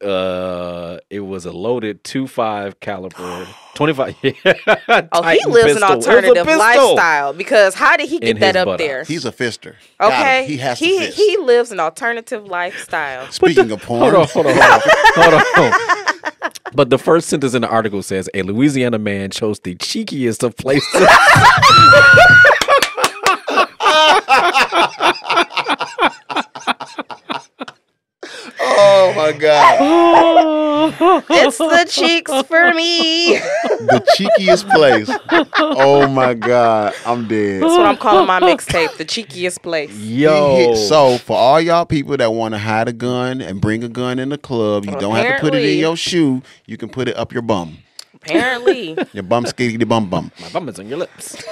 Speaker 4: uh, it was a loaded two five
Speaker 3: (gasps)
Speaker 4: caliber, twenty five. (laughs)
Speaker 3: Oh, he lives an alternative lifestyle because how did he
Speaker 4: In
Speaker 3: get that
Speaker 4: his
Speaker 3: up
Speaker 4: butt
Speaker 3: there?
Speaker 2: He's a fister. Got him.
Speaker 3: okay,
Speaker 2: He has to
Speaker 3: he,
Speaker 2: fist.
Speaker 3: he lives an alternative lifestyle.
Speaker 2: Speaking of porn,
Speaker 4: Hold on, hold on, hold on. hold on. But the first sentence in the article says a Louisiana man chose the cheekiest of places.
Speaker 2: oh my God.
Speaker 3: it's the cheeks for me. That's
Speaker 2: The cheekiest
Speaker 4: (laughs)
Speaker 2: place. Oh my God. I'm dead.
Speaker 3: what I'm calling my mixtape, the cheekiest place.
Speaker 2: (laughs)
Speaker 4: Yo,
Speaker 2: He hit- so for all y'all people that want to hide a gun and bring a gun in the club, you don't have to put it in
Speaker 3: Apparently.
Speaker 2: your shoe. You can put it up your bum,
Speaker 3: Apparently,
Speaker 2: your bum skitty bum bum.
Speaker 4: my bum is on your lips.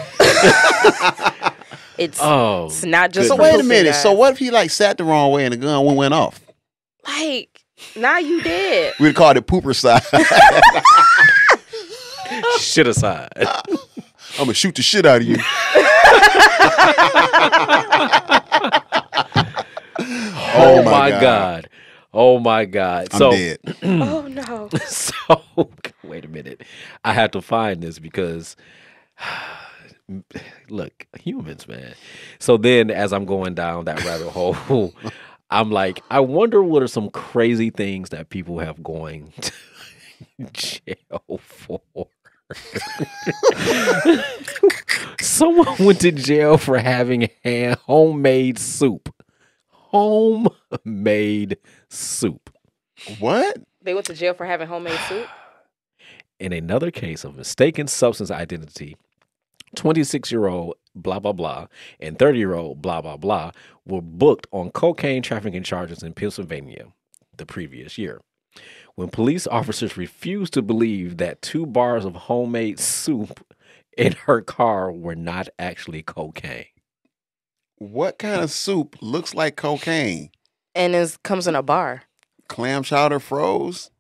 Speaker 3: it's
Speaker 4: Oh,
Speaker 3: it's not just.
Speaker 2: So
Speaker 3: for
Speaker 2: wait a
Speaker 3: pooping,
Speaker 2: minute. So
Speaker 3: guys.
Speaker 2: what if he like sat the wrong way and the gun went- went off?
Speaker 3: Like now you did.
Speaker 2: We'd call it pooper side. (laughs)
Speaker 4: shit aside.
Speaker 2: Oh I'm gonna shoot the shit out
Speaker 4: (laughs)
Speaker 2: of you.
Speaker 4: Oh, my god. Oh my god.
Speaker 2: I'm
Speaker 4: so
Speaker 2: dead.
Speaker 3: oh no.
Speaker 4: (laughs) so wait a minute. I have to find this because (sighs) look, humans, man. So then as I'm going down that rabbit hole, (laughs) I'm like, I wonder what are some crazy things that people have going (laughs) to jail for. (laughs) Someone went to jail for having hand homemade soup. Homemade soup.
Speaker 2: What?
Speaker 3: They went to jail for having homemade soup.
Speaker 4: in another case of mistaken substance identity, 26 year old blah blah blah and 30 year old blah blah blah were booked on cocaine trafficking charges in Pennsylvania the previous year. When police officers refused to believe that two bars of homemade soup in her car were not actually cocaine.
Speaker 2: What kind of soup looks like cocaine?
Speaker 3: And it comes in a bar.
Speaker 2: Clam chowder froze.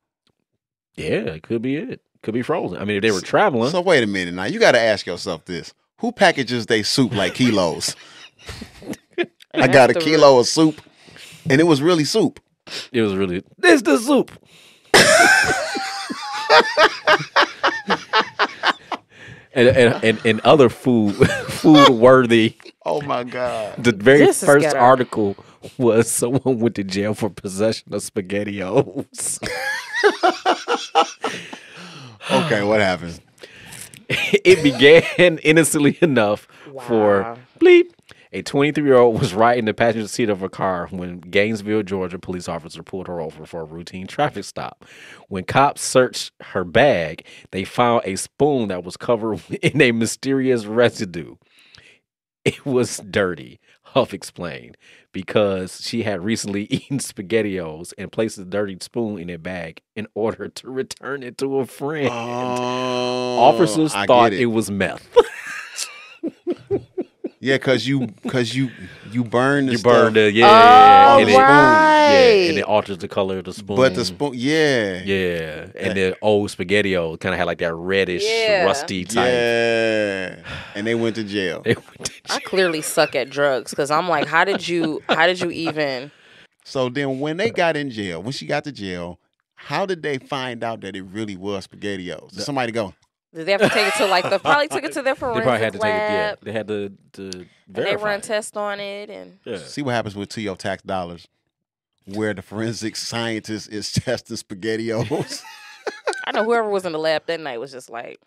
Speaker 4: Yeah, it could be it. Could be frozen. I mean, if they were traveling,
Speaker 2: So wait a minute now. You got to ask yourself this: Who packages they soup like
Speaker 4: (laughs)
Speaker 2: kilos? I
Speaker 3: And
Speaker 2: got a
Speaker 3: that's the
Speaker 2: kilo of soup, and it was really soup.
Speaker 4: it was really this the soup. and, and, and and other food (laughs) food worthy.
Speaker 2: Oh my god!
Speaker 4: The very
Speaker 3: This is
Speaker 4: first
Speaker 3: ghetto.
Speaker 4: article was someone went to jail for possession of spaghettios.
Speaker 2: Okay, what (laughs) happened?
Speaker 4: (laughs) it began (laughs) innocently enough for
Speaker 3: Wow.
Speaker 4: bleep. A 23 year old was right in the passenger seat of her car when Gainesville, Georgia police officer pulled her over for a routine traffic stop. When cops searched her bag, they found a spoon that was covered (laughs) in a mysterious residue. It was dirty, Huff explained, because she had recently (laughs) eaten SpaghettiOs and placed the dirty spoon in a bag in order to return it to a
Speaker 2: Oh,
Speaker 4: friend. Officers
Speaker 2: I get
Speaker 4: thought
Speaker 2: it.
Speaker 4: it. was meth.
Speaker 2: (laughs) Yeah, cause you, cause you, you burned. The
Speaker 4: you
Speaker 2: stuff
Speaker 4: burned it, yeah, yeah, yeah.
Speaker 3: Oh,
Speaker 2: on
Speaker 4: and
Speaker 2: the
Speaker 4: it-
Speaker 3: wow.
Speaker 4: Yeah,
Speaker 2: spoon.
Speaker 3: Right.
Speaker 4: and it alters the color of the spoon.
Speaker 2: But the spoon, yeah,
Speaker 4: Yeah, and then old spaghettio kind of had like that reddish,
Speaker 3: Yeah.
Speaker 4: rusty type. (laughs)
Speaker 2: yeah. And they went to jail.
Speaker 4: It (laughs) went to
Speaker 3: I clearly suck at drugs because I'm like, how did you? How did you even?
Speaker 2: So then, when they got in jail, when she got to jail, how did they find out that it really was SpaghettiOs? Did somebody go,
Speaker 3: Did they have to take it to like the? Probably took it to their
Speaker 4: They
Speaker 3: forensic
Speaker 4: probably had to take it. Yeah,
Speaker 3: lab.
Speaker 4: they had to to
Speaker 3: and
Speaker 4: verify.
Speaker 3: they run
Speaker 4: it.
Speaker 3: tests on it, and
Speaker 4: yeah.
Speaker 2: see what happens with to your tax dollars, where the forensic (laughs) scientist is testing SpaghettiOs?
Speaker 3: I know whoever was in the lab that night was just like,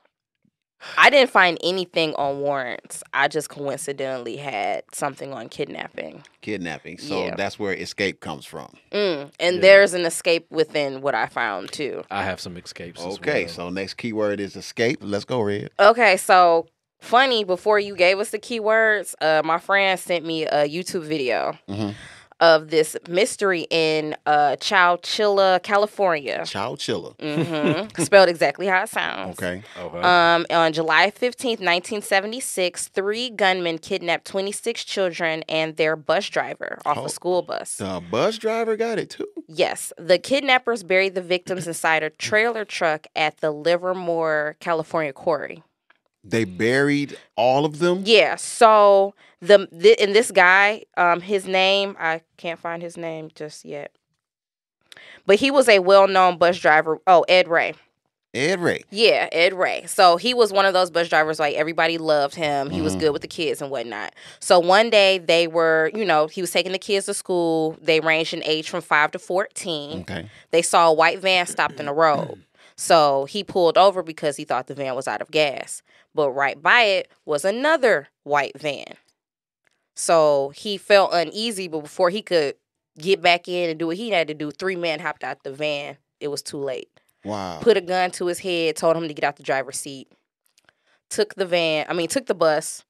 Speaker 3: I didn't find anything on warrants. I just coincidentally had something on kidnapping.
Speaker 2: (laughs) Kidnapping. So
Speaker 3: Yeah.
Speaker 2: that's where escape comes from.
Speaker 3: Mm. And
Speaker 4: Yeah.
Speaker 3: there's an escape within what I found too.
Speaker 4: I have some escapes. as
Speaker 2: Okay,
Speaker 4: well.
Speaker 2: so next keyword is escape. Let's go,
Speaker 3: (laughs)
Speaker 2: Red.
Speaker 3: Okay, so funny. Before you gave us the keywords, uh, my friend sent me a YouTube video
Speaker 2: Mhm.
Speaker 3: of this mystery in uh, Chowchilla,
Speaker 2: (laughs)
Speaker 3: California.
Speaker 2: Child chiller.
Speaker 3: hmm Spelled exactly how it sounds.
Speaker 2: Okay.
Speaker 4: Okay.
Speaker 3: Um, on July 15th, 1976, three gunmen kidnapped 26 children and their bus driver off
Speaker 2: Oh.
Speaker 3: a school bus.
Speaker 2: The bus driver got it too.
Speaker 3: Yes, the kidnappers buried the victims inside a trailer truck at the Livermore, California quarry.
Speaker 2: They buried all of them.
Speaker 3: Mm. Yeah, so the, the and this guy, um, his name I can't find his name just yet, but he was a well-known bus driver. Oh, Ed Ray.
Speaker 2: Ed Ray.
Speaker 3: Yeah, Ed Ray. So he was one of those bus drivers, like everybody loved him. He was
Speaker 2: Mhm.
Speaker 3: good with the kids and whatnot. So one day they were, you know, he was taking the kids to school. They ranged in age from five to 14.
Speaker 2: Okay.
Speaker 3: They saw a white van stopped in the road. So he pulled over because he thought the van was out of gas. But right by it was another white van. So he felt uneasy, but before he could get back in and do what he had to do, three men hopped out the van. It was too late
Speaker 2: Wow.
Speaker 3: put a gun to his head, told him to get out the driver's seat, took the van, I mean, took the bus.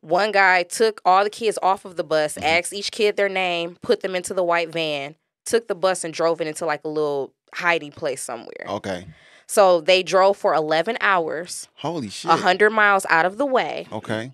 Speaker 3: One guy took all the kids off of the bus,
Speaker 2: Mm-hmm.
Speaker 3: asked each kid their name, put them into the white van, took the bus and drove it into like a little hiding place somewhere.
Speaker 2: okay.
Speaker 3: So they drove for 11 hours,
Speaker 2: Holy shit.
Speaker 3: a 100 miles out of the way,
Speaker 2: Okay.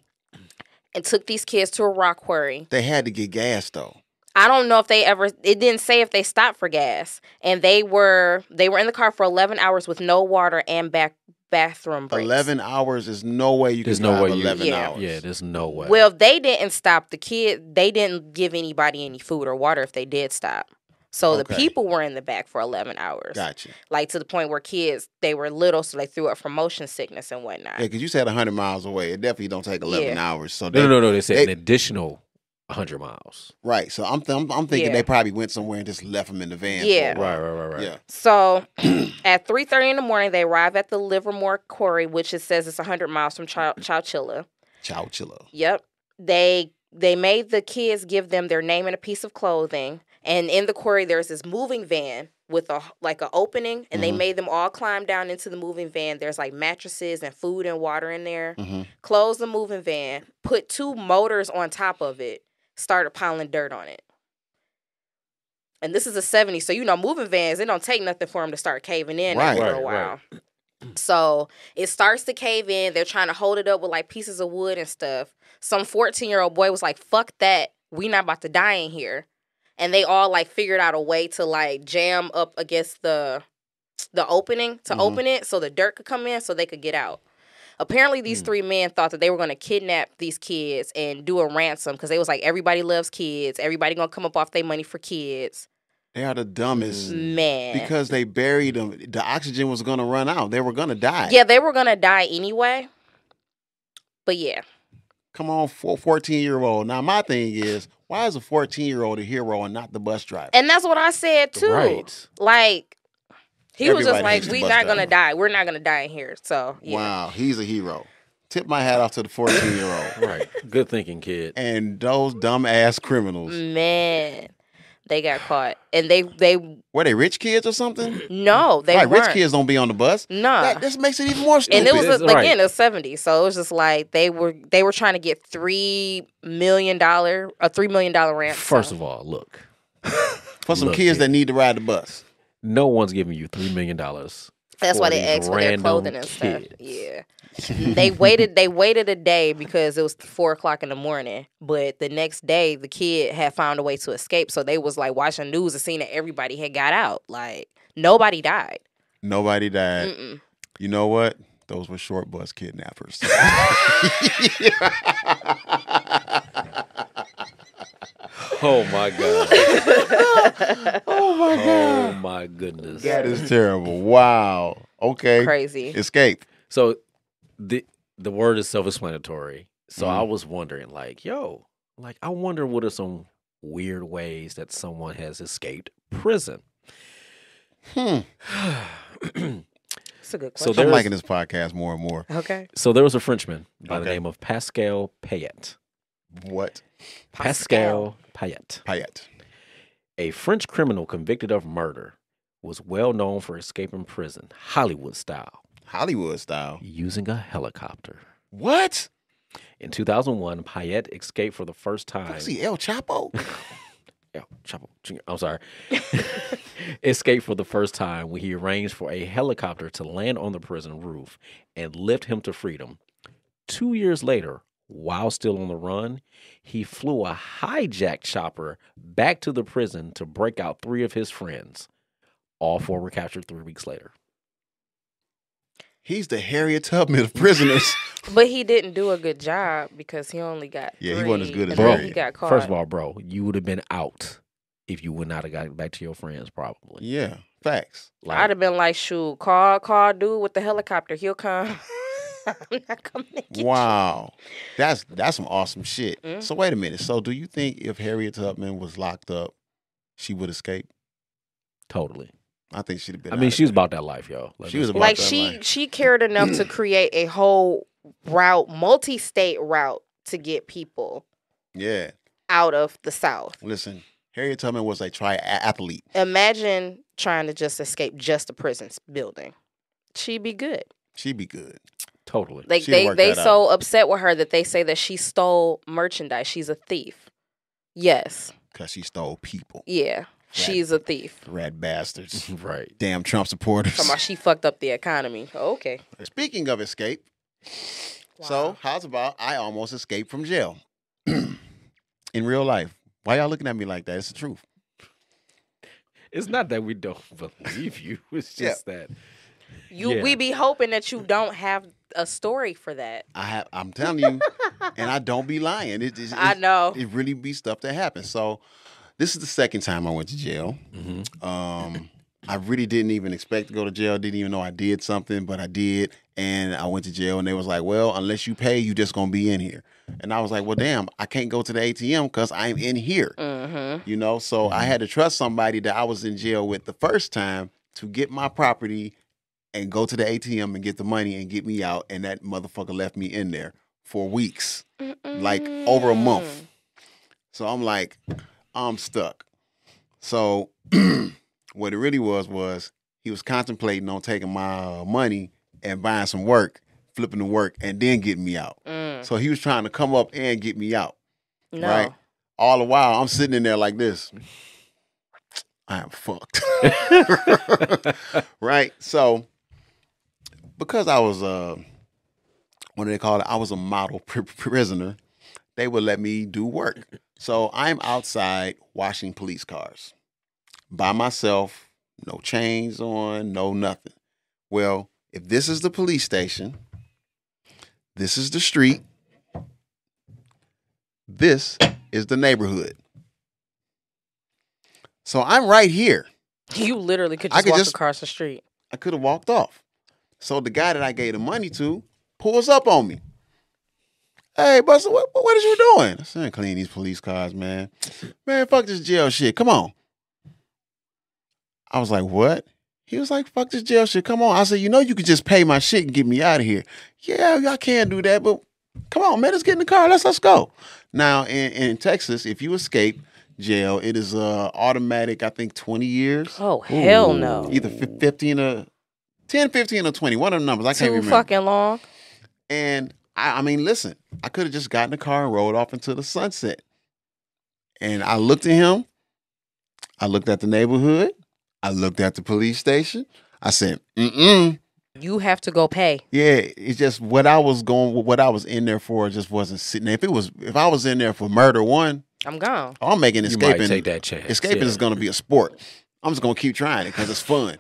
Speaker 3: and took these kids to a rock quarry.
Speaker 2: They had to get gas though.
Speaker 3: I don't know if they ever it didn't say if they stopped for gas. And they were they were in the car for 11 hours with no water and back bathroom breaks.
Speaker 2: Eleven hours is no way you
Speaker 4: There's
Speaker 2: can
Speaker 4: no
Speaker 2: drive
Speaker 4: way you-
Speaker 2: eleven
Speaker 3: Yeah.
Speaker 2: hours.
Speaker 4: yeah, there's no way.
Speaker 3: Well, if they didn't stop the kid, they didn't give anybody any food or water if they did stop. So the
Speaker 2: Okay.
Speaker 3: people were in the back for 11 hours.
Speaker 2: Gotcha.
Speaker 3: Like to the point where kids, they were little, so they threw up from motion sickness and whatnot.
Speaker 2: Yeah, because you said hundred miles away. It definitely don't take eleven
Speaker 3: Yeah.
Speaker 2: hours. So they,
Speaker 4: no, no, no, no. They said
Speaker 2: they-
Speaker 4: an additional 100 miles.
Speaker 2: right. So I'm th- I'm, I'm thinking
Speaker 3: Yeah.
Speaker 2: they probably went somewhere and just left them in the van. for a
Speaker 3: Yeah.
Speaker 2: while.
Speaker 4: Right, right, right, right.
Speaker 2: Yeah.
Speaker 3: So at 3.30 in the morning, they arrive at the Livermore Quarry, which it says is 100 miles from Chow- Chowchilla.
Speaker 2: Chow chiller.
Speaker 3: Yep. They they made the kids give them their name and a piece of clothing. And in the quarry there's this moving van with a like an opening and they
Speaker 2: Mhm.
Speaker 3: made them all climb down into the moving van. There's like mattresses and food and water in there.
Speaker 2: hmm
Speaker 3: Close the moving van, put two motors on top of it, started piling dirt on it. And this is a 70, so you know moving vans, it don't take nothing for them to start caving in
Speaker 2: Right.
Speaker 3: after a
Speaker 4: Right,
Speaker 3: while.
Speaker 4: right.
Speaker 3: So it starts to cave in. They're trying to hold it up with like pieces of wood and stuff. Some 14 year old boy was like, fuck that. We not about to die in here. And they all like figured out a way to like jam up against the the opening to
Speaker 2: Mhm.
Speaker 3: open it so the dirt could come in so they could get out. Apparently these three men thought that they were going to kidnap these kids and do a ransom because they was like everybody loves kids. Everybody going to come up off their money for kids.
Speaker 2: They are the dumbest
Speaker 3: Mm. Man.
Speaker 2: because they buried them. The oxygen was gonna run out. They were gonna die.
Speaker 3: yeah, they were going to die anyway. But yeah.
Speaker 2: Come on, for 14 year old. Now my thing is, why is a 14 year old a hero and not the bus driver?
Speaker 3: And that's what I said too.
Speaker 4: Right.
Speaker 3: Like he was just
Speaker 2: Everybody
Speaker 3: like,
Speaker 2: hates
Speaker 3: "We
Speaker 2: bus
Speaker 3: not gonna
Speaker 2: drivers.
Speaker 3: die. We're not gonna die in here." So yeah.
Speaker 2: Wow, he's a hero. Tip my hat off to the 14 year old
Speaker 4: Right. Good thinking, kid.
Speaker 2: and those dumbass criminals.
Speaker 3: Mm. man, they got caught, and they they
Speaker 2: Were they rich kids or something?
Speaker 3: no they
Speaker 2: right,
Speaker 3: weren't
Speaker 2: rich kids don't be on the bus.
Speaker 3: no.
Speaker 2: That, this makes it even more stupid.
Speaker 3: and it was a,
Speaker 4: Right.
Speaker 3: again a seventy, so it was just like they were they were trying to get three million dollar a three million dollar ransom.
Speaker 4: First of all, look,
Speaker 2: for some
Speaker 4: Look,
Speaker 2: kids
Speaker 4: kid.
Speaker 2: that need to ride the bus.
Speaker 4: no one's giving you $3 million
Speaker 3: That's why
Speaker 4: for
Speaker 3: they
Speaker 4: these
Speaker 3: asked for their
Speaker 4: random
Speaker 3: clothing and stuff.
Speaker 4: kids.
Speaker 3: Yeah. they waited they waited a day because it was four o'clock in the morning. But the next day the kid had found a way to escape. So they was like watching news and seeing that everybody had got out. Like nobody died.
Speaker 2: Nobody died.
Speaker 3: Mm-mm.
Speaker 2: You know what? Those were short bus (laughs) kidnappers.
Speaker 4: Oh my god. (laughs) oh my god. Oh my goodness.
Speaker 2: that is terrible. Wow. Okay.
Speaker 3: Crazy.
Speaker 2: Escape.
Speaker 4: So the the word is self-explanatory. So I was wondering, like, yo, like I wonder what are some weird ways that someone has escaped (sighs) prison.
Speaker 2: Hmm.
Speaker 3: It's a good
Speaker 4: So
Speaker 3: question.
Speaker 4: there
Speaker 2: I'm
Speaker 4: was-
Speaker 2: liking this podcast more and more.
Speaker 3: okay.
Speaker 4: so there was a Frenchman by the
Speaker 2: Okay.
Speaker 4: name of Pascal Payet.
Speaker 2: What?
Speaker 4: Pascal Payet,
Speaker 2: Payette.
Speaker 4: a French criminal convicted of murder, was well known for escaping prison, Hollywood style,
Speaker 2: Hollywood style.
Speaker 4: using a helicopter.
Speaker 2: What?
Speaker 4: In 2001, Payet escaped for the first time.
Speaker 2: Was he El Chapo?
Speaker 4: Yeah, Chapo Jr. I'm sorry. (laughs) Escaped for the first time when he arranged for a helicopter to land on the prison roof and lift him to freedom. Two years later, while still on the run, he flew a hijacked chopper back to the prison to break out three of his friends. All four were captured three weeks later.
Speaker 2: He's the Harriet Tubman of prisoners.
Speaker 3: But he didn't do a good job because he only got
Speaker 2: Yeah, he
Speaker 3: three,
Speaker 2: wasn't as good as
Speaker 3: and then
Speaker 2: Harriet.
Speaker 3: he got caught.
Speaker 4: First of all, bro, you would have been out if you would not have gotten back to your friends, probably.
Speaker 2: yeah. Facts.
Speaker 3: I'd have been like, shoot, call, call dude with the helicopter. He'll come. (laughs) I'm not coming to get you.
Speaker 2: Wow. That's that's some awesome shit.
Speaker 3: Mhm.
Speaker 2: So wait a minute. So do you think if Harriet Tubman was locked up, she would escape?
Speaker 4: totally.
Speaker 2: I think she'd have been.
Speaker 4: I
Speaker 2: out
Speaker 4: mean,
Speaker 2: of
Speaker 4: she was
Speaker 2: there.
Speaker 4: about that life, yo. Let
Speaker 2: She
Speaker 4: me
Speaker 2: was
Speaker 4: say
Speaker 2: about
Speaker 3: like
Speaker 2: that
Speaker 3: she
Speaker 2: life.
Speaker 3: she cared enough
Speaker 2: (clears throat)
Speaker 3: to create a whole route multi-state route to get people
Speaker 2: Yeah.
Speaker 3: out of the south
Speaker 2: Listen, Harriet Tubman was a triathlete.
Speaker 3: imagine trying to just escape just a prison s- building she'd be good
Speaker 2: She'd be good.
Speaker 4: totally.
Speaker 2: (laughs)
Speaker 3: like
Speaker 2: She'd
Speaker 3: they
Speaker 2: work
Speaker 3: they
Speaker 2: that
Speaker 3: so upset with her that they say that she stole merchandise she's a thief yes
Speaker 2: Cause she stole people.
Speaker 3: yeah she's a thief
Speaker 4: (laughs)
Speaker 2: Rat bastards.
Speaker 4: right.
Speaker 2: Damn Trump supporters.
Speaker 3: Talking about she fucked up the economy okay
Speaker 2: Speaking of escape, so
Speaker 3: Wow.
Speaker 2: how's about I almost escaped from jail (clears throat) in real life? Why y'all looking at me like that? It's the truth.
Speaker 4: It's not that we don't (laughs) believe you. It's
Speaker 2: Yeah.
Speaker 4: just that
Speaker 3: you
Speaker 4: Yeah.
Speaker 3: we be hoping that you don't have a story for that
Speaker 2: I have. I'm telling you, and I don't be lying. It, it,
Speaker 3: (laughs) i
Speaker 2: it-
Speaker 3: know
Speaker 2: it really be stuff that happens. So this is the second time I went to jail. Um, I really didn't even expect to go to jail. Didn't even know I did something, but I did, and I went to jail. And they was like, "Well, unless you pay, you just gonna be in here." And I was like, "Well, damn, I can't go to the ATM because I'm in here."
Speaker 3: mm-hmm
Speaker 2: you know so i had to trust somebody that i was in jail with the first time to get my property and go to the atm and get the money and get me out and that motherfucker left me in there for weeks like over a month so i'm like i'm stuck so (clears throat) what it really was was he was contemplating on taking my uh, money and buying some work flipping the work and then getting me out
Speaker 3: Mm,
Speaker 2: so he was trying to come up and get me out
Speaker 3: no.
Speaker 2: right? All the while, I'm sitting in there like this. I am fucked. (laughs) right? So, because I was, uh, what do they call it? I was a model pr- (laughs) prisoner, they would let me do work. So, I'm outside washing police cars by myself, no chains on, no nothing. Well, if this is the police station, this is the street, this is the neighborhood. So I'm right here.
Speaker 3: You literally could
Speaker 2: I
Speaker 3: just
Speaker 2: could
Speaker 3: walk
Speaker 2: just-
Speaker 3: across the street.
Speaker 2: I could have walked off. So the guy that I gave the money to pulls up on me. Hey, Buster, what, what is you doing? I said, "I clean these police cars, man. Man, fuck this jail shit. Come on. I was like, what? He was like, fuck this jail shit. Come on. I said, you know, you could just pay my shit and get me out of here. Yeah, y'all can do that, but come on, man, let's get in the car. Let's let's go. Now in, in Texas, if you escape jail, it is uh, automatic. I think twenty years
Speaker 3: Oh hell
Speaker 4: Ooh.
Speaker 3: no!
Speaker 2: either fif- 15 or 10, 15 or 20, one of the numbers. I can't
Speaker 3: Too
Speaker 2: remember.
Speaker 3: fucking long.
Speaker 2: And I, I mean, listen, I could have just gotten in the car and rode off into the sunset. And I looked at him. I looked at the neighborhood. I looked at the police station. I I said, mm-mm.
Speaker 3: You have to go pay.
Speaker 2: Yeah, it's just what I was going, what I was in there for, just wasn't sitting. there. If it was, if I was in there for murder one,
Speaker 3: I'm gone. (laughs)
Speaker 2: I'm making
Speaker 1: You
Speaker 2: escaping.
Speaker 1: might take that chance.
Speaker 2: Escaping
Speaker 1: yeah.
Speaker 2: is going to be a sport. I'm just going to keep trying it because it's fun.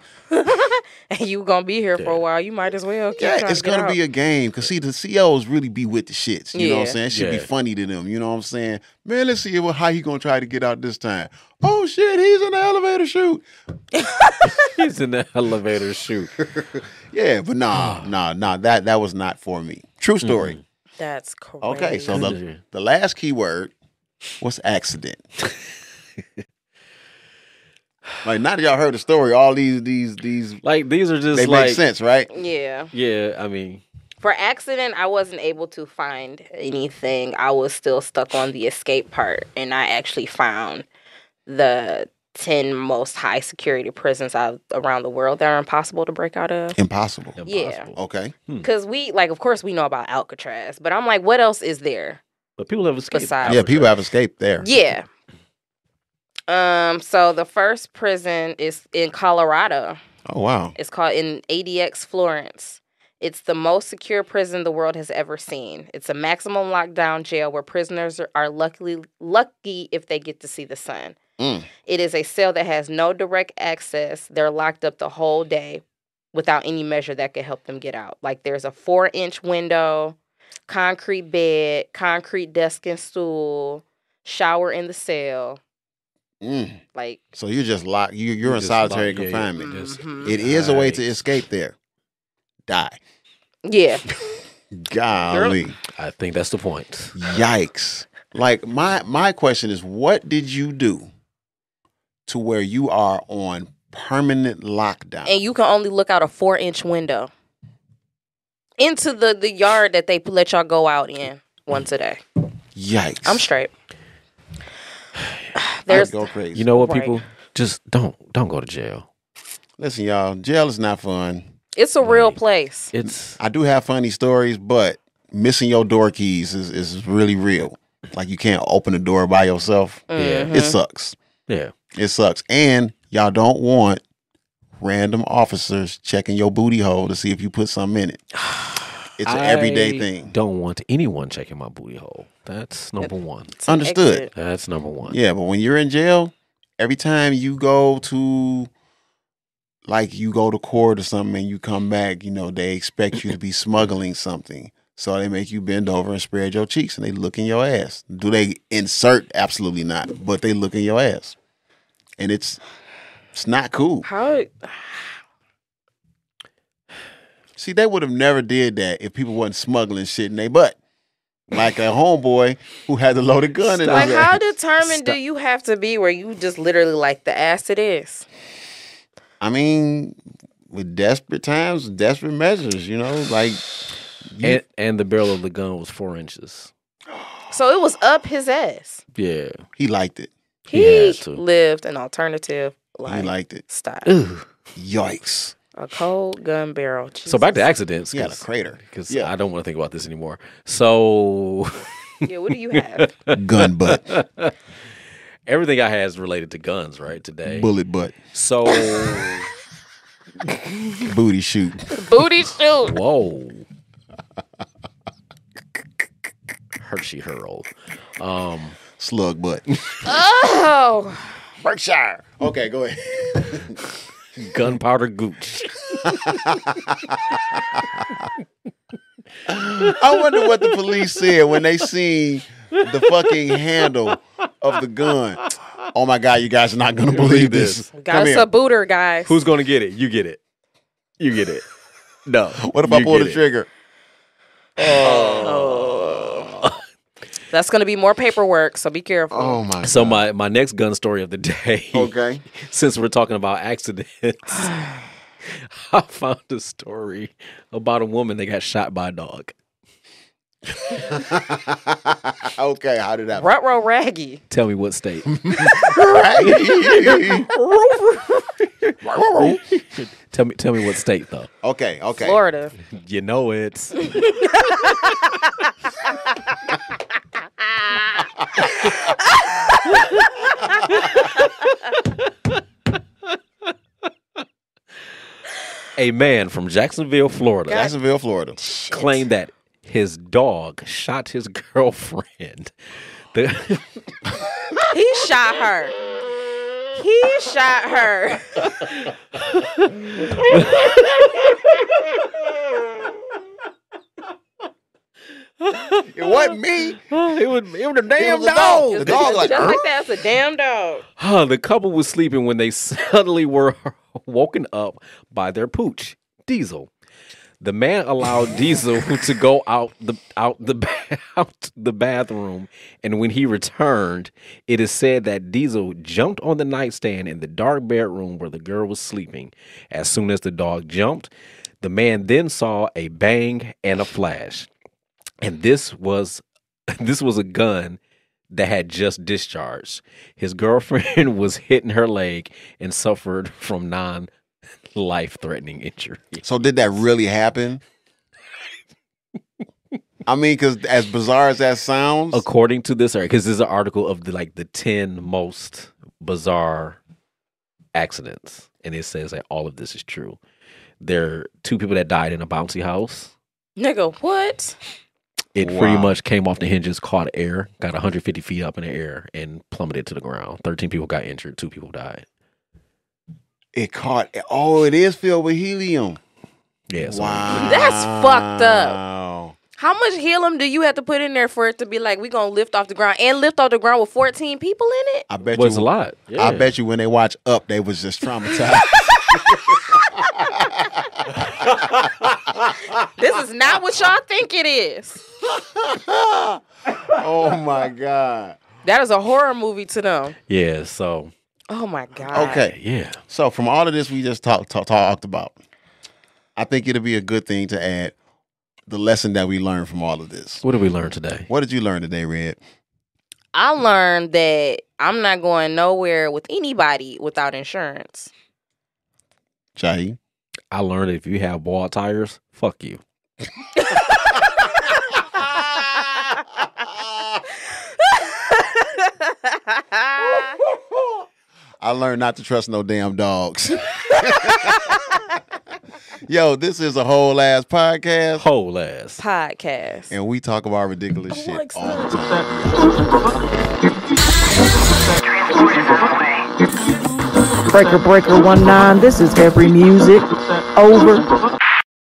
Speaker 3: And you gonna be here for a while. You might as well. Keep
Speaker 2: Yeah,
Speaker 3: trying
Speaker 2: it's
Speaker 3: to get
Speaker 2: gonna be
Speaker 3: out.
Speaker 2: a game. Cause see, the COs really be with the shits. You know what I'm
Speaker 3: Yeah.
Speaker 2: saying? It should be
Speaker 1: Yeah.
Speaker 2: funny to them. You know what I'm saying? Man, let's see what, how he gonna try to get out this time. Oh shit, he's in the elevator chute.
Speaker 4: (laughs) He's in the elevator shoot.
Speaker 2: Yeah, but nah, nah, nah. That that was not for me. True story.
Speaker 3: That's crazy.
Speaker 2: Okay, (laughs)
Speaker 4: (laughs)
Speaker 2: so the
Speaker 4: Crazy.
Speaker 2: the last keyword was accident. like now that y'all heard the story, all these these these
Speaker 4: Like these are just
Speaker 2: they
Speaker 4: like
Speaker 2: make sense, right?
Speaker 3: yeah.
Speaker 4: Yeah, I mean,
Speaker 3: For accident, I wasn't able to find anything. I was still stuck on the escape part, and I actually found the ten most high security prisons out around the world that are impossible to break out of.
Speaker 2: Impossible.
Speaker 3: Yeah.
Speaker 4: impossible.
Speaker 2: Okay.
Speaker 3: Because we, like, of course, we know about Alcatraz, but I'm like, what else is there?
Speaker 4: But people have escaped.
Speaker 3: Besides-
Speaker 2: Yeah, people have escaped there.
Speaker 3: Yeah. Um. So the first prison is in Colorado.
Speaker 2: Oh wow.
Speaker 3: It's called in ADX Florence. It's the most secure prison the world has ever seen. It's a maximum lockdown jail where prisoners are- are luckily lucky if they get to see the sun.
Speaker 2: Mm.
Speaker 3: It is a cell that has no direct access. They're locked up the whole day without any measure that could help them get out. Like there's a four inch window, concrete bed, concrete desk and stool, shower in the cell.
Speaker 2: Mm.
Speaker 3: Like
Speaker 2: So you just lock you you're in
Speaker 4: just
Speaker 2: solitary
Speaker 4: lock- yeah, Mm-hmm. yeah,
Speaker 2: confinement.
Speaker 4: you just-
Speaker 3: Mhm.
Speaker 2: It is a way to
Speaker 4: Right.
Speaker 2: escape there. Die.
Speaker 3: yeah,
Speaker 2: Golly.
Speaker 1: I think that's the point.
Speaker 2: Yikes. Like my my question is what did you do to where you are on permanent lockdown?
Speaker 3: and you can only look out a four inch window into the the yard that they let y'all go out in once a day.
Speaker 2: Yikes.
Speaker 3: I'm straight. (sighs)
Speaker 2: I'd
Speaker 3: There's
Speaker 2: go crazy.
Speaker 4: You know what,
Speaker 3: Right.
Speaker 4: people? Just don't don't go to jail.
Speaker 2: Listen, y'all, jail is not fun.
Speaker 3: it's a real
Speaker 4: Right.
Speaker 3: place.
Speaker 4: It's
Speaker 2: I do have funny stories, but missing your door keys is, is really real. Like you can't open the door by yourself.
Speaker 4: Yeah.
Speaker 3: Mhm.
Speaker 2: It sucks.
Speaker 4: yeah.
Speaker 2: It sucks. And y'all don't want random officers checking your booty hole to see if you put something in it. It's an everyday
Speaker 4: I
Speaker 2: thing.
Speaker 4: Don't want anyone checking my booty hole. That's number one.
Speaker 3: It's an
Speaker 2: understood.
Speaker 3: exit.
Speaker 4: That's number one.
Speaker 2: Yeah, but when you're in jail, every time you go to like you go to court or something and you come back, you know, they expect you to be smuggling something. So they make you bend over and spread your cheeks and they look in your ass. Do they insert? Absolutely not. But they look in your ass. And it's it's not cool.
Speaker 3: How
Speaker 2: See, they would have never did that if people wasn't smuggling shit in their butt. Like a homeboy who had the loaded gun in
Speaker 3: like
Speaker 2: his
Speaker 3: how
Speaker 2: ass.
Speaker 3: determined do
Speaker 4: Stop.
Speaker 3: you have to be where you just literally like the ass it is?
Speaker 2: I mean, with desperate times, desperate measures, you know, like you-
Speaker 4: And and the barrel of the gun was four inches.
Speaker 3: So it was up his ass.
Speaker 4: Yeah.
Speaker 2: he liked it.
Speaker 4: He
Speaker 3: He,
Speaker 4: had to.
Speaker 3: lived an alternative
Speaker 2: he
Speaker 3: life.
Speaker 2: liked it.
Speaker 3: Stop.
Speaker 2: Yikes.
Speaker 3: A cold gun barrel.
Speaker 4: So back to
Speaker 3: Jesus.
Speaker 4: accidents.
Speaker 2: He got a crater.
Speaker 4: Because
Speaker 2: Yeah.
Speaker 4: I don't want to think about this anymore. So (laughs)
Speaker 3: Yeah, what do you have?
Speaker 2: (laughs) Gun butt.
Speaker 4: everything I had is related to guns, right? Today.
Speaker 2: Bullet butt. (laughs)
Speaker 4: So
Speaker 2: Booty shoot.
Speaker 3: Booty shoot.
Speaker 4: (coughs)
Speaker 2: (laughs)
Speaker 4: whoa. Hershey hurl. Um
Speaker 2: Slug butt. (laughs)
Speaker 3: Oh,
Speaker 2: Berkshire. Okay, go ahead. (laughs)
Speaker 4: gunpowder gooch.
Speaker 2: I wonder what the police said when they seen the fucking handle of the gun. Oh my God, you guys are not gonna believe this.
Speaker 3: got us a booter, guys.
Speaker 4: Who's gonna get it? You get it. You get it. No.
Speaker 2: What if I
Speaker 4: you
Speaker 2: pull
Speaker 4: get
Speaker 2: the
Speaker 4: it.
Speaker 2: trigger?
Speaker 3: That's gonna be more paperwork, so be careful.
Speaker 2: Oh my.
Speaker 4: So my, my next gun story of the (laughs) day.
Speaker 2: Okay.
Speaker 4: Since we're talking about accidents, (laughs) I found a story about a woman that got shot by a dog.
Speaker 2: (laughs) okay. How did that?
Speaker 3: Rut row raggy.
Speaker 4: Tell me what state.
Speaker 2: Right.
Speaker 4: tell me tell me what state though.
Speaker 2: okay. Okay. (laughs)
Speaker 3: Florida.
Speaker 4: You know it. a man from Jacksonville, Florida,
Speaker 2: Jacksonville, Florida.
Speaker 4: claimed that his dog shot his (laughs) girlfriend. The-
Speaker 3: He shot her. He shot her.
Speaker 2: It wasn't me.
Speaker 4: it was it was a damn
Speaker 2: was a dog. The
Speaker 3: Just-
Speaker 2: dog like,
Speaker 3: just
Speaker 2: "Huh?"
Speaker 3: like that. It's a damn dog.
Speaker 4: Huh, the couple was sleeping when they (laughs) suddenly were (laughs) woken up by their pooch, Diesel. The man allowed Diesel (laughs) to go out the out the (laughs) ba- out the bathroom, and when he returned, it is said that Diesel jumped on the nightstand in the dark bedroom where the girl was sleeping. As soon as the dog jumped, the man then saw a bang and a flash, and this was (laughs) this was a gun that had just discharged. His girlfriend (laughs) was hit in her leg and suffered from non life threatening injury.
Speaker 2: So did that really happen? I mean, because as bizarre as that sounds,
Speaker 4: According to this, because this is an article of the like the 10 most bizarre accidents, and it says that all of this is true. There are two people that died in a bouncy house.
Speaker 3: Nigga, what?
Speaker 4: It pretty
Speaker 2: Wow.
Speaker 4: much came off the hinges, caught air, got 150 feet up in the air, and plummeted to the ground. 13 people got injured, two people died.
Speaker 2: it caught. Oh, it is filled with helium.
Speaker 4: Yeah, so
Speaker 2: wow,
Speaker 3: That's fucked
Speaker 2: up.
Speaker 3: How much helium do you have to put in there for it to be like we gonna lift off the ground and lift off the ground with fourteen people in it?
Speaker 2: I
Speaker 4: it
Speaker 2: bet
Speaker 4: was
Speaker 2: you.
Speaker 4: a lot.
Speaker 2: I
Speaker 4: Yeah.
Speaker 2: bet you when they watch Up, they was just traumatized.
Speaker 3: This is not what y'all think it is.
Speaker 2: oh my god.
Speaker 3: That is a horror movie to them.
Speaker 4: Yeah, so
Speaker 3: Oh my god.
Speaker 2: Okay,
Speaker 4: yeah.
Speaker 2: so from all of this we just talked talk, talked about, I think it'll be a good thing to add the lesson that we learned from all of this.
Speaker 4: What did we learn today?
Speaker 2: What did you learn today, Red?
Speaker 3: I learned that I'm not going nowhere with anybody without insurance.
Speaker 2: (laughs) Jahi?
Speaker 4: I learned if you have bald tires, fuck you.
Speaker 2: I learned not to trust no damn dogs. (laughs) Yo, this is a whole ass podcast,
Speaker 4: Whole (laughs) ass.
Speaker 3: Podcast.
Speaker 2: and we talk about ridiculous shit
Speaker 3: Alexa.
Speaker 2: all the time.
Speaker 5: Breaker Breaker 19, this is every music. Over.